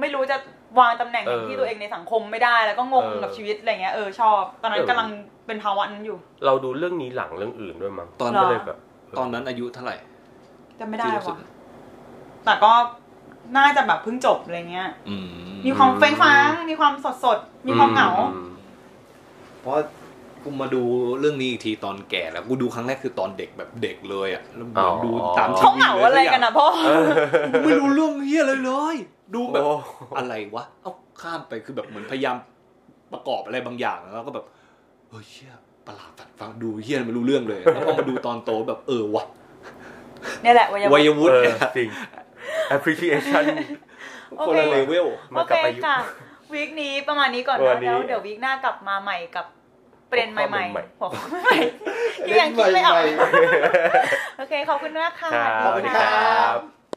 A: ไม่รู้จะวางตำแหน่งในที่ตัวเองในสังคมไม่ได้ แล้วก็งงกับชีวิตอะไรเงี้ย เออชอบ ตอนนั้นกำลังเป็นภาวะนั้นอยู่
C: เราดูเรื่องนี้หลังเรื่องอื่นด้วยมั้ง
B: ตอน
C: ก็เลยแบบ
B: ตอนนั้นอายุเท่าไหร่
A: จะไม่ได้
B: ที่รู้สึก
A: ว่ะ แต่ก็น่าจะแบบเพิ่งจบอะไรเงี้ย
B: อื
A: มีความเฟ้งฟ้าง มีความสดสดๆมีความเหงา
C: อืม
B: เพราะกูมาดูเรื่องนี้อีกทีตอนแก่แล้วกูดูครั้งแรกคือตอนเด็กแบบเด็กเลยอ่ะแล้ว
C: อ๋อ
B: ดูตามที
A: เขาเหงาอะไรกันนะพ่อ
B: ไม่รู้เรื่องเฮียเลยเลย ดูแบบ
C: โอ้
B: อะไรวะ เอาข้ามไปคือแบบเหมือนพยายามประกอบอะไรบางอย่างแล้วก็แบบเฮ้ยเชี่ยประหลาดสัตว์ฟังดูเฮียไม่รู้เรื่องเลยแล้วพอมาดูตอนโตแบบเออวะ
A: เนี่ยแหละวัย
B: วัย
A: วุฒิ
B: วุฒิ
C: เออจริง appreciation
A: โอ
B: คน
A: เค
B: ละเลเวล
A: โอ
C: มา
A: เค
C: กับอายุ
A: ค่ะวีคนี้ประมาณนี้ก่อน
C: วั
A: นะ
C: นนี้
A: แล้วเดี๋ยววีคหน้ากลับมาใหม่กับประเด็นใหม่
C: หัวข้อใหม่
A: ๆหัวข้อใหม่ๆที่ยังคิดไม่ออก <laughs>
D: เล่นใหม่
A: โอเคขอบคุณมากค่ะ
C: ครับ
D: ขอบคุณครับ
C: สวัสดี